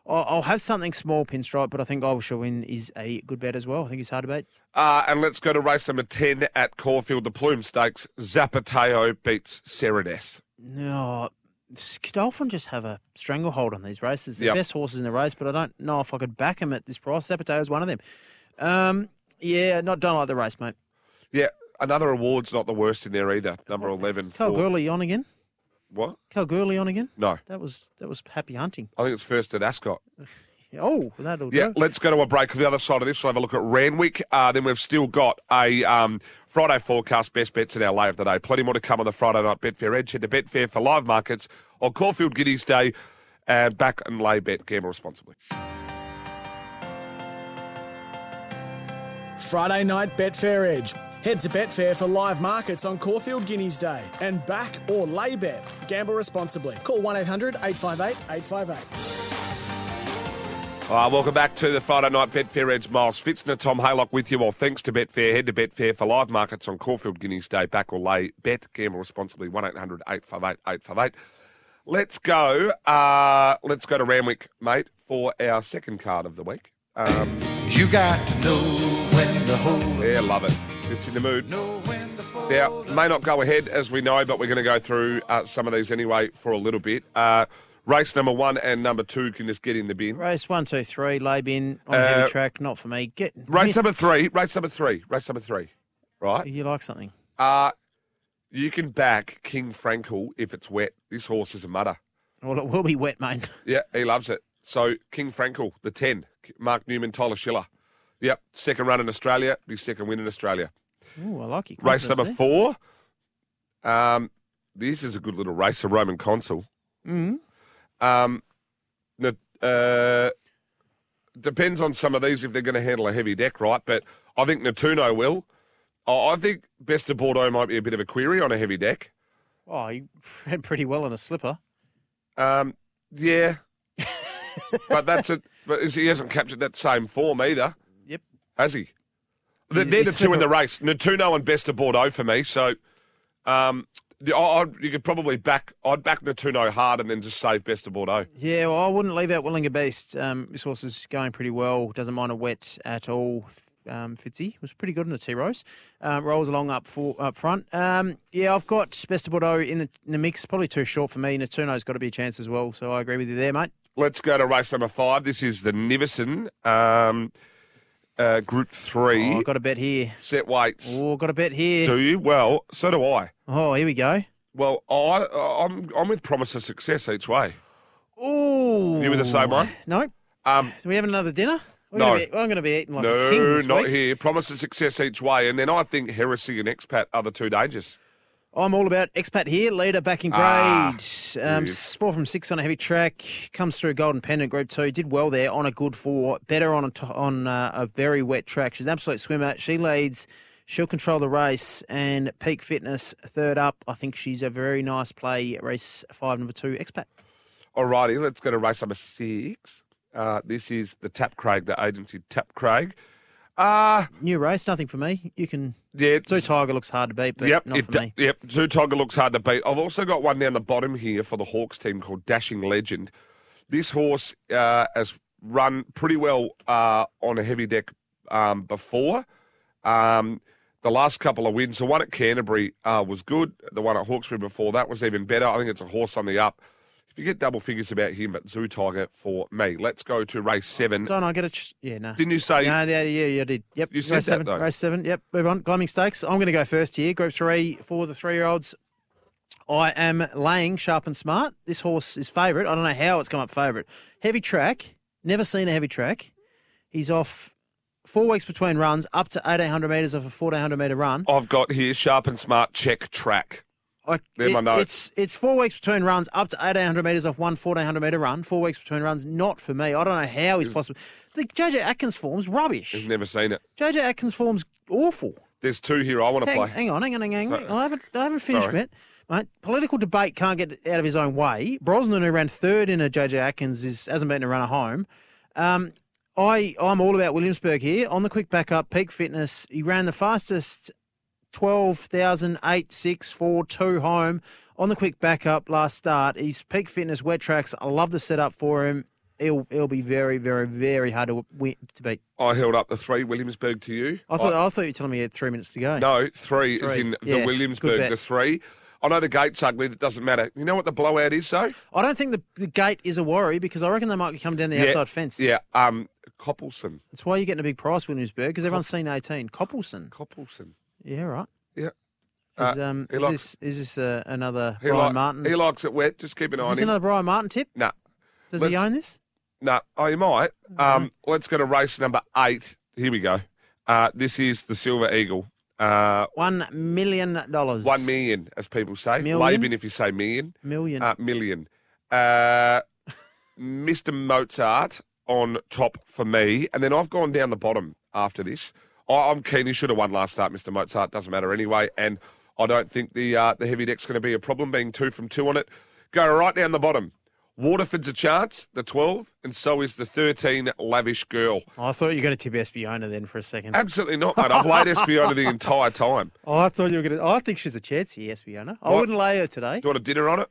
Speaker 3: I'll, I'll have something small pinstripe. But I think I wish I win is a good bet as well. I think it's hard to beat.
Speaker 2: Uh, and let's go to race number 10 at Caulfield, the Plume Stakes. Zapateo beats Sereness.
Speaker 3: No, Godolphin just have a stranglehold on these races. The
Speaker 2: Yep.
Speaker 3: best horses in the race, but I don't know if I could back them at this price. Zapateo is one of them. Um, yeah, not don't like the race, mate.
Speaker 2: Yeah, another award's not the worst in there either. Number 11.
Speaker 3: Cal
Speaker 2: for-
Speaker 3: Gurley on again.
Speaker 2: What?
Speaker 3: Cal Gurley on again.
Speaker 2: No,
Speaker 3: That was that was happy hunting.
Speaker 2: I think it's first at Ascot.
Speaker 3: Oh, that'll
Speaker 2: Yeah,
Speaker 3: do.
Speaker 2: let's go to a break. On the other side of this, we'll have a look at Ranwick. Uh, then we've still got a um, Friday forecast best bets in our lay of the day. Plenty more to come on the Friday night Betfair Edge. Head to Betfair for live markets on Caulfield Guineas Day. And back and lay bet, gamble responsibly.
Speaker 1: Friday night Betfair Edge. Head to Betfair for live markets on Caulfield Guineas Day and back or lay bet. Gamble responsibly. Call 1 800 858 858.
Speaker 2: Uh, welcome back to the Friday night Betfair Edge. Miles Fitzner, Tom Haylock with you. All thanks to Betfair. Head to Betfair for live markets on Caulfield Guineas Day. Back or lay bet. Gamble responsibly. 1800 858 858. Let's go. Uh, let's go to Ramwick, mate, for our second card of the week. Um,
Speaker 4: You got to know when to hold up.
Speaker 2: yeah, love it. It's in the mood.
Speaker 4: Know when to fold
Speaker 2: Now,
Speaker 4: up.
Speaker 2: may not go ahead as we know, but we're going to go through uh, some of these anyway for a little bit. Uh, race number one and number two can just get in the bin.
Speaker 3: Race one, two, three. Lay bin on a
Speaker 2: Uh,
Speaker 3: heavy track. Not for me. Get
Speaker 2: Race number three. Race number three. Race number three. Right.
Speaker 3: You like something?
Speaker 2: Uh, you can back King Frankel if it's wet. This horse is a mudder.
Speaker 3: Well, it will be wet, mate.
Speaker 2: Yeah, he loves it. So King Frankel, the 10, Mark Newman, Tyler Schiller. Yep, second run in Australia, be second win in Australia.
Speaker 3: Ooh, I like you.
Speaker 2: Race number four. Um, this is a good little race, a Roman consul.
Speaker 3: Mm-hmm.
Speaker 2: Um, the, uh, depends on some of these if they're going to handle a heavy deck, right? But I think Natuno will. I I think Best of Bordeaux might be a bit of a query on a heavy deck.
Speaker 3: Oh, you read pretty well in a slipper.
Speaker 2: Um, yeah, but that's it. But is- he hasn't captured that same form either,
Speaker 3: Yep.
Speaker 2: has he? They're,
Speaker 3: He-
Speaker 2: they're the
Speaker 3: he's
Speaker 2: two in the
Speaker 3: separate.
Speaker 2: race. Natuno and Best of Bordeaux for me. So, um, the- I, I'd, you could probably back. I'd back Natuno hard and then just save Best of Bordeaux.
Speaker 3: Yeah, well, I wouldn't leave out Willinger Beast. Um, this horse is going pretty well. Doesn't mind a wet at all. Um, Fitzy was pretty good in the T Rose. Um, rolls along up for, up front. Um, yeah, I've got Best of Bordeaux in the, in the mix. Probably too short for me. Natuno's got to be a chance as well. So I agree with you there, mate.
Speaker 2: Let's go to race number five. This is the Nivison um, uh, Group Three
Speaker 3: Oh, I've got a bet here.
Speaker 2: set weights.
Speaker 3: Oh, got a bet here.
Speaker 2: Do you? Well, so do I.
Speaker 3: Oh, here we go.
Speaker 2: Well, I, I'm I'm with promise of success each way.
Speaker 3: Oh,
Speaker 2: You were the same one?
Speaker 3: No.
Speaker 2: Um,
Speaker 3: Do we have another dinner? We're
Speaker 2: No.
Speaker 3: Gonna be, I'm going to be eating like
Speaker 2: no,
Speaker 3: a king this
Speaker 2: not
Speaker 3: week.
Speaker 2: here. Promise of success each way, and then I think heresy and expat are the two dangers.
Speaker 3: I'm all about expat here, leader back in grade.
Speaker 2: Ah,
Speaker 3: um,
Speaker 2: yes.
Speaker 3: s- four from six on a heavy track, comes through Golden Pendant Group Two. Did well there on a good four, better on a t- on uh, a very wet track. She's an absolute swimmer. She leads. She'll control the race and peak fitness third up. I think she's a very nice play. at Race five, number two, expat.
Speaker 2: Alrighty, let's go to race number six. Uh, this is the Tap Craig, the agency Tap Craig. Uh,
Speaker 3: New race, nothing for me. You can.
Speaker 2: yeah,
Speaker 3: Zoo Tiger looks hard to beat, but
Speaker 2: yep,
Speaker 3: not
Speaker 2: it
Speaker 3: for
Speaker 2: do-
Speaker 3: me.
Speaker 2: yep. Zoo Tiger looks hard to beat. I've also got one down the bottom here for the Hawks team called Dashing Legend. This horse uh, has run pretty well uh, on a heavy deck um, before. Um, the last couple of wins, the one at Canterbury uh, was good. The one at Hawkesbury before that was even better. I think it's a horse on the up. If you get double figures about him, but Zoo Tiger for me. Let's go to race seven.
Speaker 3: Don't I get a? Ch- yeah, no.
Speaker 2: Didn't you say?
Speaker 3: No, Oh, yeah, yeah, yeah, I did. Yep.
Speaker 2: You
Speaker 3: race
Speaker 2: said that,
Speaker 3: seven,
Speaker 2: though.
Speaker 3: Race seven. Yep. Move on. Climbing stakes. I'm going to go first here. Group three for the three-year-olds. I am laying sharp and smart. This horse is favourite. I don't know how it's come up favourite. Heavy track. Never seen a heavy track. He's off four weeks between runs, up to 1,800 metres off a 1,400 metre run.
Speaker 2: I've got here sharp and smart check track.
Speaker 3: Like
Speaker 2: They're my notes.
Speaker 3: It's it's four weeks between runs, up to eighteen hundred meters off one 1400 meter run. Four weeks between runs, not for me. I don't know how he's possible. The JJ Atkins form's rubbish.
Speaker 2: Never seen it.
Speaker 3: JJ Atkins form's awful.
Speaker 2: There's two here I want to
Speaker 3: Hang,
Speaker 2: play.
Speaker 3: hang on, hang on, hang on.
Speaker 2: Sorry.
Speaker 3: I haven't, I haven't finished,
Speaker 2: Sorry.
Speaker 3: mate. Mate, political debate can't get out of his own way. Brosnan, who ran third in a JJ Atkins, is hasn't beaten a runner home. Um, I, I'm all about Williamsburg here. On the quick backup, peak fitness, he ran the fastest 12,8642 home on the quick backup last start. He's peak fitness, wet tracks. I love the setup for him. He'll, he'll be very, very, very hard to, win, to beat.
Speaker 2: I held up the three Williamsburg to you.
Speaker 3: I thought, I, thought you were telling me he had three minutes to go.
Speaker 2: No, three, is
Speaker 3: Three.
Speaker 2: in
Speaker 3: Yeah,
Speaker 2: the
Speaker 3: good
Speaker 2: Williamsburg,
Speaker 3: bet.
Speaker 2: the three. I know the gate's ugly, that doesn't matter. You know what the blowout is, though?
Speaker 3: I don't think the, the gate is a worry because I reckon they might come down the
Speaker 2: Yeah,
Speaker 3: outside fence.
Speaker 2: Yeah, um, Coppelson.
Speaker 3: That's why you're getting a big price, Williamsburg, because everyone's seen 18. Coppelson.
Speaker 2: Coppelson.
Speaker 3: Yeah, right.
Speaker 2: Yeah.
Speaker 3: Is,
Speaker 2: Uh,
Speaker 3: um,
Speaker 2: he
Speaker 3: is
Speaker 2: likes-
Speaker 3: this, is this uh, another
Speaker 2: He,
Speaker 3: Brian
Speaker 2: like-
Speaker 3: Martin?
Speaker 2: he likes it wet. Just keep an eye
Speaker 3: is
Speaker 2: on
Speaker 3: this
Speaker 2: him.
Speaker 3: another Brian Martin tip?
Speaker 2: Nah,
Speaker 3: Does he
Speaker 2: Let's-
Speaker 3: own this?
Speaker 2: nah. Oh, you might. Um, let's go to race number eight. Here we go. Uh, this is the Silver Eagle. Uh,
Speaker 3: One million dollars.
Speaker 2: one million, as people say.
Speaker 3: Million?
Speaker 2: Laban, if you say million.
Speaker 3: Million.
Speaker 2: Uh, million. Uh, Mr. Mozart on top for me, and then I've gone down the bottom after this. I, I'm keen. He should have won last start, Mr. Mozart. Doesn't matter anyway, and I don't think the uh, the heavy deck's going to be a problem. Being two from two on it, go right down the bottom. Waterford's a chance, the 12, and so is the 13 lavish girl.
Speaker 3: Oh, I thought you were going to tip Espiona then for a second.
Speaker 2: Absolutely not, mate. I've laid Espiona the entire time.
Speaker 3: Oh, I thought you were going to. I think she's a chance here, Espiona. I
Speaker 2: What?
Speaker 3: wouldn't lay her today.
Speaker 2: Do you want a dinner on it?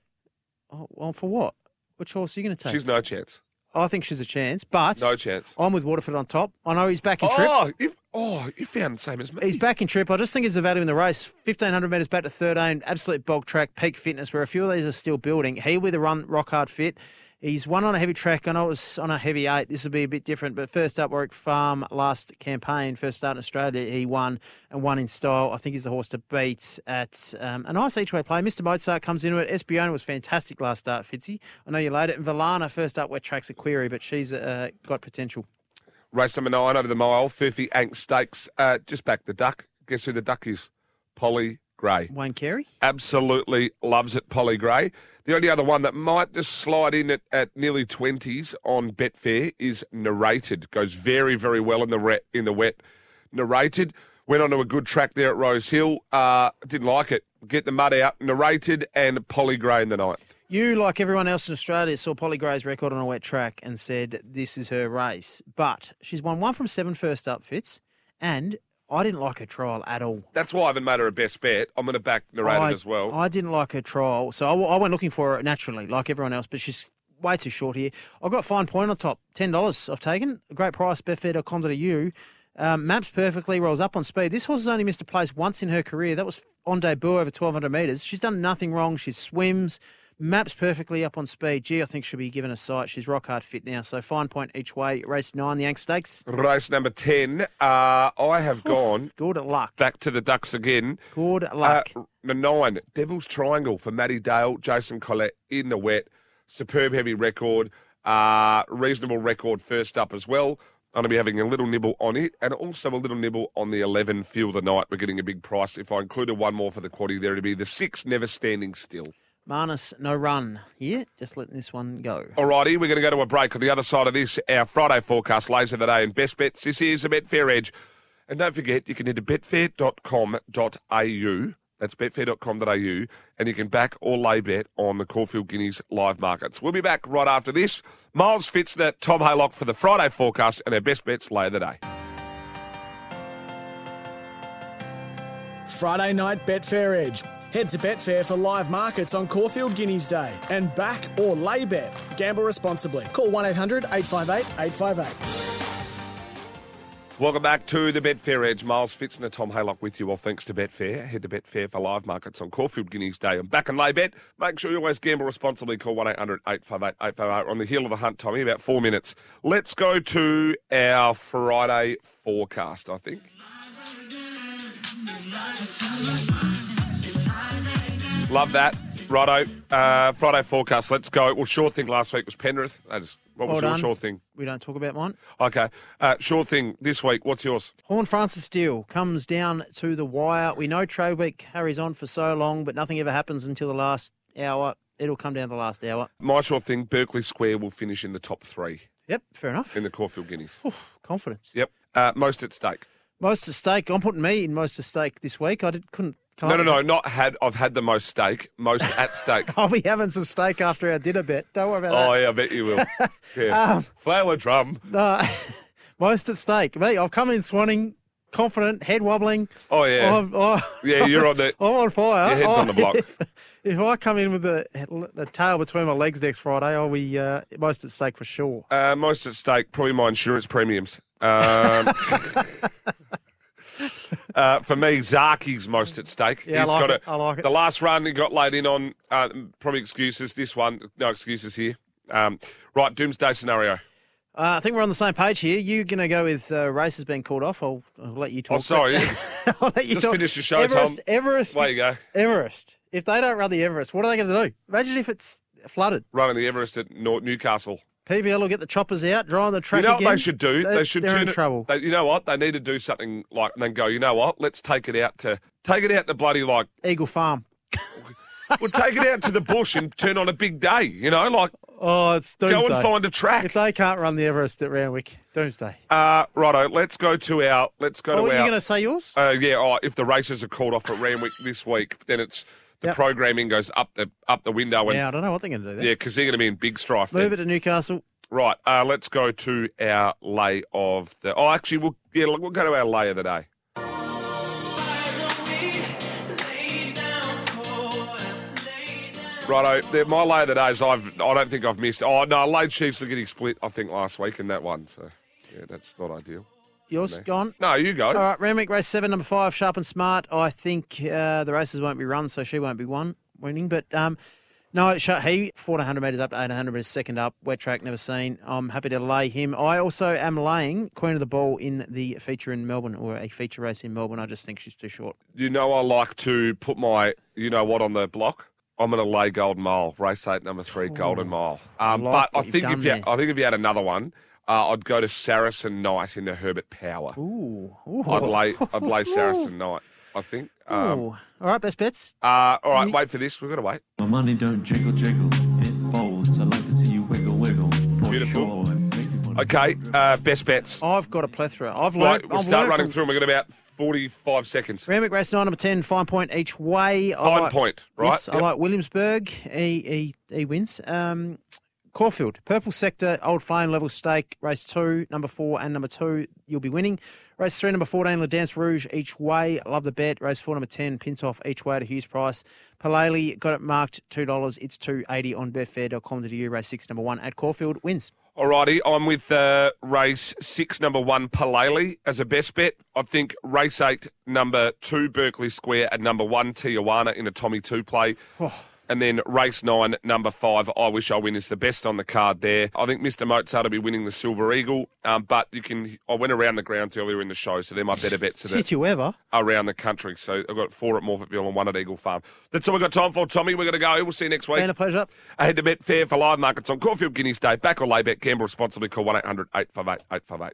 Speaker 3: Oh, well, for what? Which horse are you going to take?
Speaker 2: She's no chance.
Speaker 3: I think she's a chance, but
Speaker 2: No chance.
Speaker 3: I'm with Waterford on top. I know he's back in trip.
Speaker 2: Oh, you oh, you found the same as me.
Speaker 3: He's back in trip. I just think it's the value in the race. 1,500 metres back to 13, absolute bog track, peak fitness, where a few of these are still building. He with a run, rock hard fit. He's one on a heavy track. I know it was on a heavy eight. This will be a bit different, but first up, Warwick Farm, last campaign, first start in Australia, he won and won in style. I think he's the horse to beat at um, a nice each way play. Mr. Mozart comes into it. Espiona was fantastic last start, Fitzy. I know you laid it. And Valana, first up, wet track's a query, but she's uh, got potential.
Speaker 2: Race number nine over the mile, Furphy Ank Stakes. Uh, just back the duck. Guess who the duck is? Polly Gray.
Speaker 3: Wayne Carey?
Speaker 2: Absolutely loves it, Polly Gray. The only other one that might just slide in at, at nearly 20s on Betfair is Narrated. Goes very, very well in the, re- in the wet. Narrated. Went onto a good track there at Rose Hill. Uh, didn't like it. Get the mud out. Narrated and Polly Gray in the ninth.
Speaker 3: You, like everyone else in Australia, saw Polly Gray's record on a wet track and said, This is her race. But she's won one from seven first up fits, and I didn't like her trial at all.
Speaker 2: That's why I haven't made her a best bet. I'm going to back Narrated
Speaker 3: I,
Speaker 2: as well.
Speaker 3: I didn't like her trial, so I, w- I went looking for her naturally, like everyone else, but she's way too short here. I've got fine point on top, $10 I've taken. A great price, betfair.com.au. Um, maps perfectly, rolls up on speed. This horse has only missed a place once in her career. That was on debut over 1,200 metres. She's done nothing wrong. She swims, maps perfectly up on speed. Gee, I think she'll be given a sight. She's rock hard fit now, so fine point each way. Race nine, the Ank Stakes.
Speaker 2: Race number 10. Uh, I have gone
Speaker 3: Good luck.
Speaker 2: back to the Ducks again.
Speaker 3: Good luck.
Speaker 2: Uh, the nine, Devil's Triangle for Matty Dale, Jason Collette in the wet. Superb heavy record. Uh, reasonable record first up as well. I'm going to be having a little nibble on it and also a little nibble on the 11 Feel the Night. We're getting a big price. If I included one more for the quaddy, there would be the six Never Standing Still.
Speaker 3: Marnus, no run. Yeah, just letting this one go.
Speaker 2: Alrighty, we're going to go to a break. On the other side of this, our Friday forecast, lays of the day and best bets. This is a Betfair Edge. And don't forget, you can head to betfair.com.au. That's betfair.com.au. And you can back or lay bet on the Caulfield Guineas live markets. We'll be back right after this. Miles Fitzner, Tom Haylock for the Friday forecast and our best bets later the day.
Speaker 1: Friday night Betfair Edge. Head to Betfair for live markets on Caulfield Guineas Day and back or lay bet. Gamble responsibly. Call 1 800 858 858.
Speaker 2: Welcome back to the Betfair Edge. Miles Fitzner, Tom Haylock with you. All thanks to Betfair. Head to Betfair for live markets on Caulfield Guineas Day. And back and lay bet. Make sure you always gamble responsibly. Call 1800 858 858. On the heel of the hunt, Tommy, about four minutes. Let's go to our Friday forecast, I think. Love that. Righto. Uh, Friday forecast. Let's go. Well, sure thing last week was Penrith. That is what was
Speaker 3: Well
Speaker 2: your
Speaker 3: done.
Speaker 2: sure thing?
Speaker 3: We don't talk about mine.
Speaker 2: Okay. Uh, sure thing this week. What's yours?
Speaker 3: Horn Francis Steel comes down to the wire. We know trade week carries on for so long, but nothing ever happens until the last hour. It'll come down to the last hour.
Speaker 2: My sure thing. Berkeley Square will finish in the top three
Speaker 3: Yep, fair enough.
Speaker 2: in the Caulfield Guineas.
Speaker 3: Confidence.
Speaker 2: Yep. Uh, most at stake.
Speaker 3: Most at stake. I'm putting me in most at stake this week. I did, couldn't come
Speaker 2: No,
Speaker 3: up
Speaker 2: no,
Speaker 3: with
Speaker 2: no. Not had. I've had the most stake. Most at stake.
Speaker 3: I'll be having some steak after our dinner bet. Don't worry about
Speaker 2: Oh, yeah, I bet you will. Um, Yeah. Flower drum.
Speaker 3: that. No, most at stake. Mate, I've come in swanning, confident, head wobbling.
Speaker 2: Oh, yeah.
Speaker 3: I'm, I-
Speaker 2: yeah, you're on the.
Speaker 3: I'm on fire. Oh,
Speaker 2: Your head's on the block.
Speaker 3: If, if I come in with a, a tail between my legs next Friday, I'll be uh, most at stake for sure.
Speaker 2: Uh, most at stake. Probably my insurance premiums. Um, uh, for me, Zaki's most at stake.
Speaker 3: Yeah, I
Speaker 2: He's
Speaker 3: like
Speaker 2: got
Speaker 3: it. I like it. Uh,
Speaker 2: The last run he got laid in on. Uh, probably excuses. This one, no excuses here. Um, right, doomsday scenario.
Speaker 3: Uh, I think we're on the same page here. You're going to go with uh, races being called off. I'll, I'll let you talk.
Speaker 2: Oh, sorry.
Speaker 3: I'll let you
Speaker 2: Just
Speaker 3: talk.
Speaker 2: finish your show,
Speaker 3: Everest,
Speaker 2: Tom.
Speaker 3: Everest,
Speaker 2: Way you go.
Speaker 3: Everest. If they don't run the Everest, what are they going to do? Imagine if it's flooded.
Speaker 2: Running the Everest at Nor- Newcastle.
Speaker 3: PVL will get the choppers out, dry on the
Speaker 2: You
Speaker 3: track
Speaker 2: know what
Speaker 3: again.
Speaker 2: they should do? They,
Speaker 3: They're-
Speaker 2: should
Speaker 3: they're
Speaker 2: turn
Speaker 3: in
Speaker 2: it-
Speaker 3: trouble.
Speaker 2: they- you know what? They need to do something like and then go. You know what? Let's take it out to take it out to bloody like
Speaker 3: Eagle Farm.
Speaker 2: well, take it out to the bush and turn on a big day. You know, like
Speaker 3: Oh, it's doomsday.
Speaker 2: go and find a track.
Speaker 3: If they can't run the Everest at Randwick, doomsday.
Speaker 2: Uh, righto, let's go to our. Let's go
Speaker 3: oh,
Speaker 2: to
Speaker 3: are you
Speaker 2: our.
Speaker 3: going to say yours?
Speaker 2: Uh, yeah, all right, if the races are called off at Ramwick this week, then it's the
Speaker 3: Yep.
Speaker 2: programming goes up the up the window and
Speaker 3: yeah, I don't know what they're going to do there.
Speaker 2: yeah, because they're going to be in big strife.
Speaker 3: Move
Speaker 2: Then.
Speaker 3: it to Newcastle.
Speaker 2: Right, uh, let's go to our lay of the. Oh, actually, we'll yeah, look, we'll go to our lay of the day. Righto, there- my lay of the days. I've I don't think I've missed. Oh no, I laid Chiefs are getting split. I think last week in that one. So yeah, that's not ideal.
Speaker 3: Yours gone.
Speaker 2: No, you go.
Speaker 3: All right, Randwick race seven, number five, sharp and smart. I think uh, the races won't be run, so she won't be one winning. But um, no, sh- he fourteen hundred metres up to eighteen hundred metres, second up, wet track, never seen. I'm happy to lay him. I also am laying Queen of the Ball in the feature in Melbourne or a feature race in Melbourne. I just think she's too short.
Speaker 2: You know I like to put my you know what on the block. I'm going to lay Golden Mile, race eight, number three, Golden Mile. Um,
Speaker 3: I like
Speaker 2: but I
Speaker 3: what you've
Speaker 2: think
Speaker 3: done
Speaker 2: if you,
Speaker 3: there.
Speaker 2: I think if you had another one, uh, I'd go to Saracen Knight in the Herbert Power.
Speaker 3: Ooh,
Speaker 2: I'd lay I'd lay Saracen Knight. I think. Um,
Speaker 3: All right, best bets.
Speaker 2: uh, all right, wait for this. We've got to wait.
Speaker 5: My money don't jiggle jiggle, it folds. I like to see you wiggle wiggle. For
Speaker 2: Beautiful.
Speaker 5: Sure. Make me wanna-
Speaker 2: Okay, uh, best bets.
Speaker 3: I've got a plethora. I've learned.
Speaker 2: Right, we'll
Speaker 3: I've
Speaker 2: start
Speaker 3: learned
Speaker 2: running through.
Speaker 3: from-
Speaker 2: We've got about 45 seconds.
Speaker 3: Randwick race nine, number ten, fine point each way. I
Speaker 2: Fine
Speaker 3: like-
Speaker 2: point, right?
Speaker 3: Yes, I
Speaker 2: Yep.
Speaker 3: like Williamsburg. He he, he wins. Um, Caulfield, Purple Sector, Old Flame, Level Stake, race two, number four and number two, you'll be winning. Race three, number 14, La Dance Rouge, each way, love the bet. Race four, number 10, Pins Off, each way to Hughes Price. Palali got it marked, $2, it's 280 on betfair.com.au. Race six, number one at Caulfield, wins.
Speaker 2: Alrighty, I'm with uh, race six, number one, Palele as a best bet. I think race eight, number two, Berkeley Square, and number one, Tijuana in a Tommy two play. And then race nine, number five, I Wish I Win is the best on the card there. I think Mr. Mozart will be winning the Silver Eagle, um, but you can. I went around the grounds earlier in the show, so they're my better bets of
Speaker 3: Did
Speaker 2: the,
Speaker 3: you ever?
Speaker 2: around the country. So I've got four at Morfettville and one at Eagle Farm. That's all we've got time for, Tommy. We're going to go. We'll see you next week.
Speaker 3: Been a pleasure.
Speaker 2: Ahead to Betfair for live markets on Caulfield Guineas Day. Back or lay bet. Gamble responsibly. Call 1800 858 858.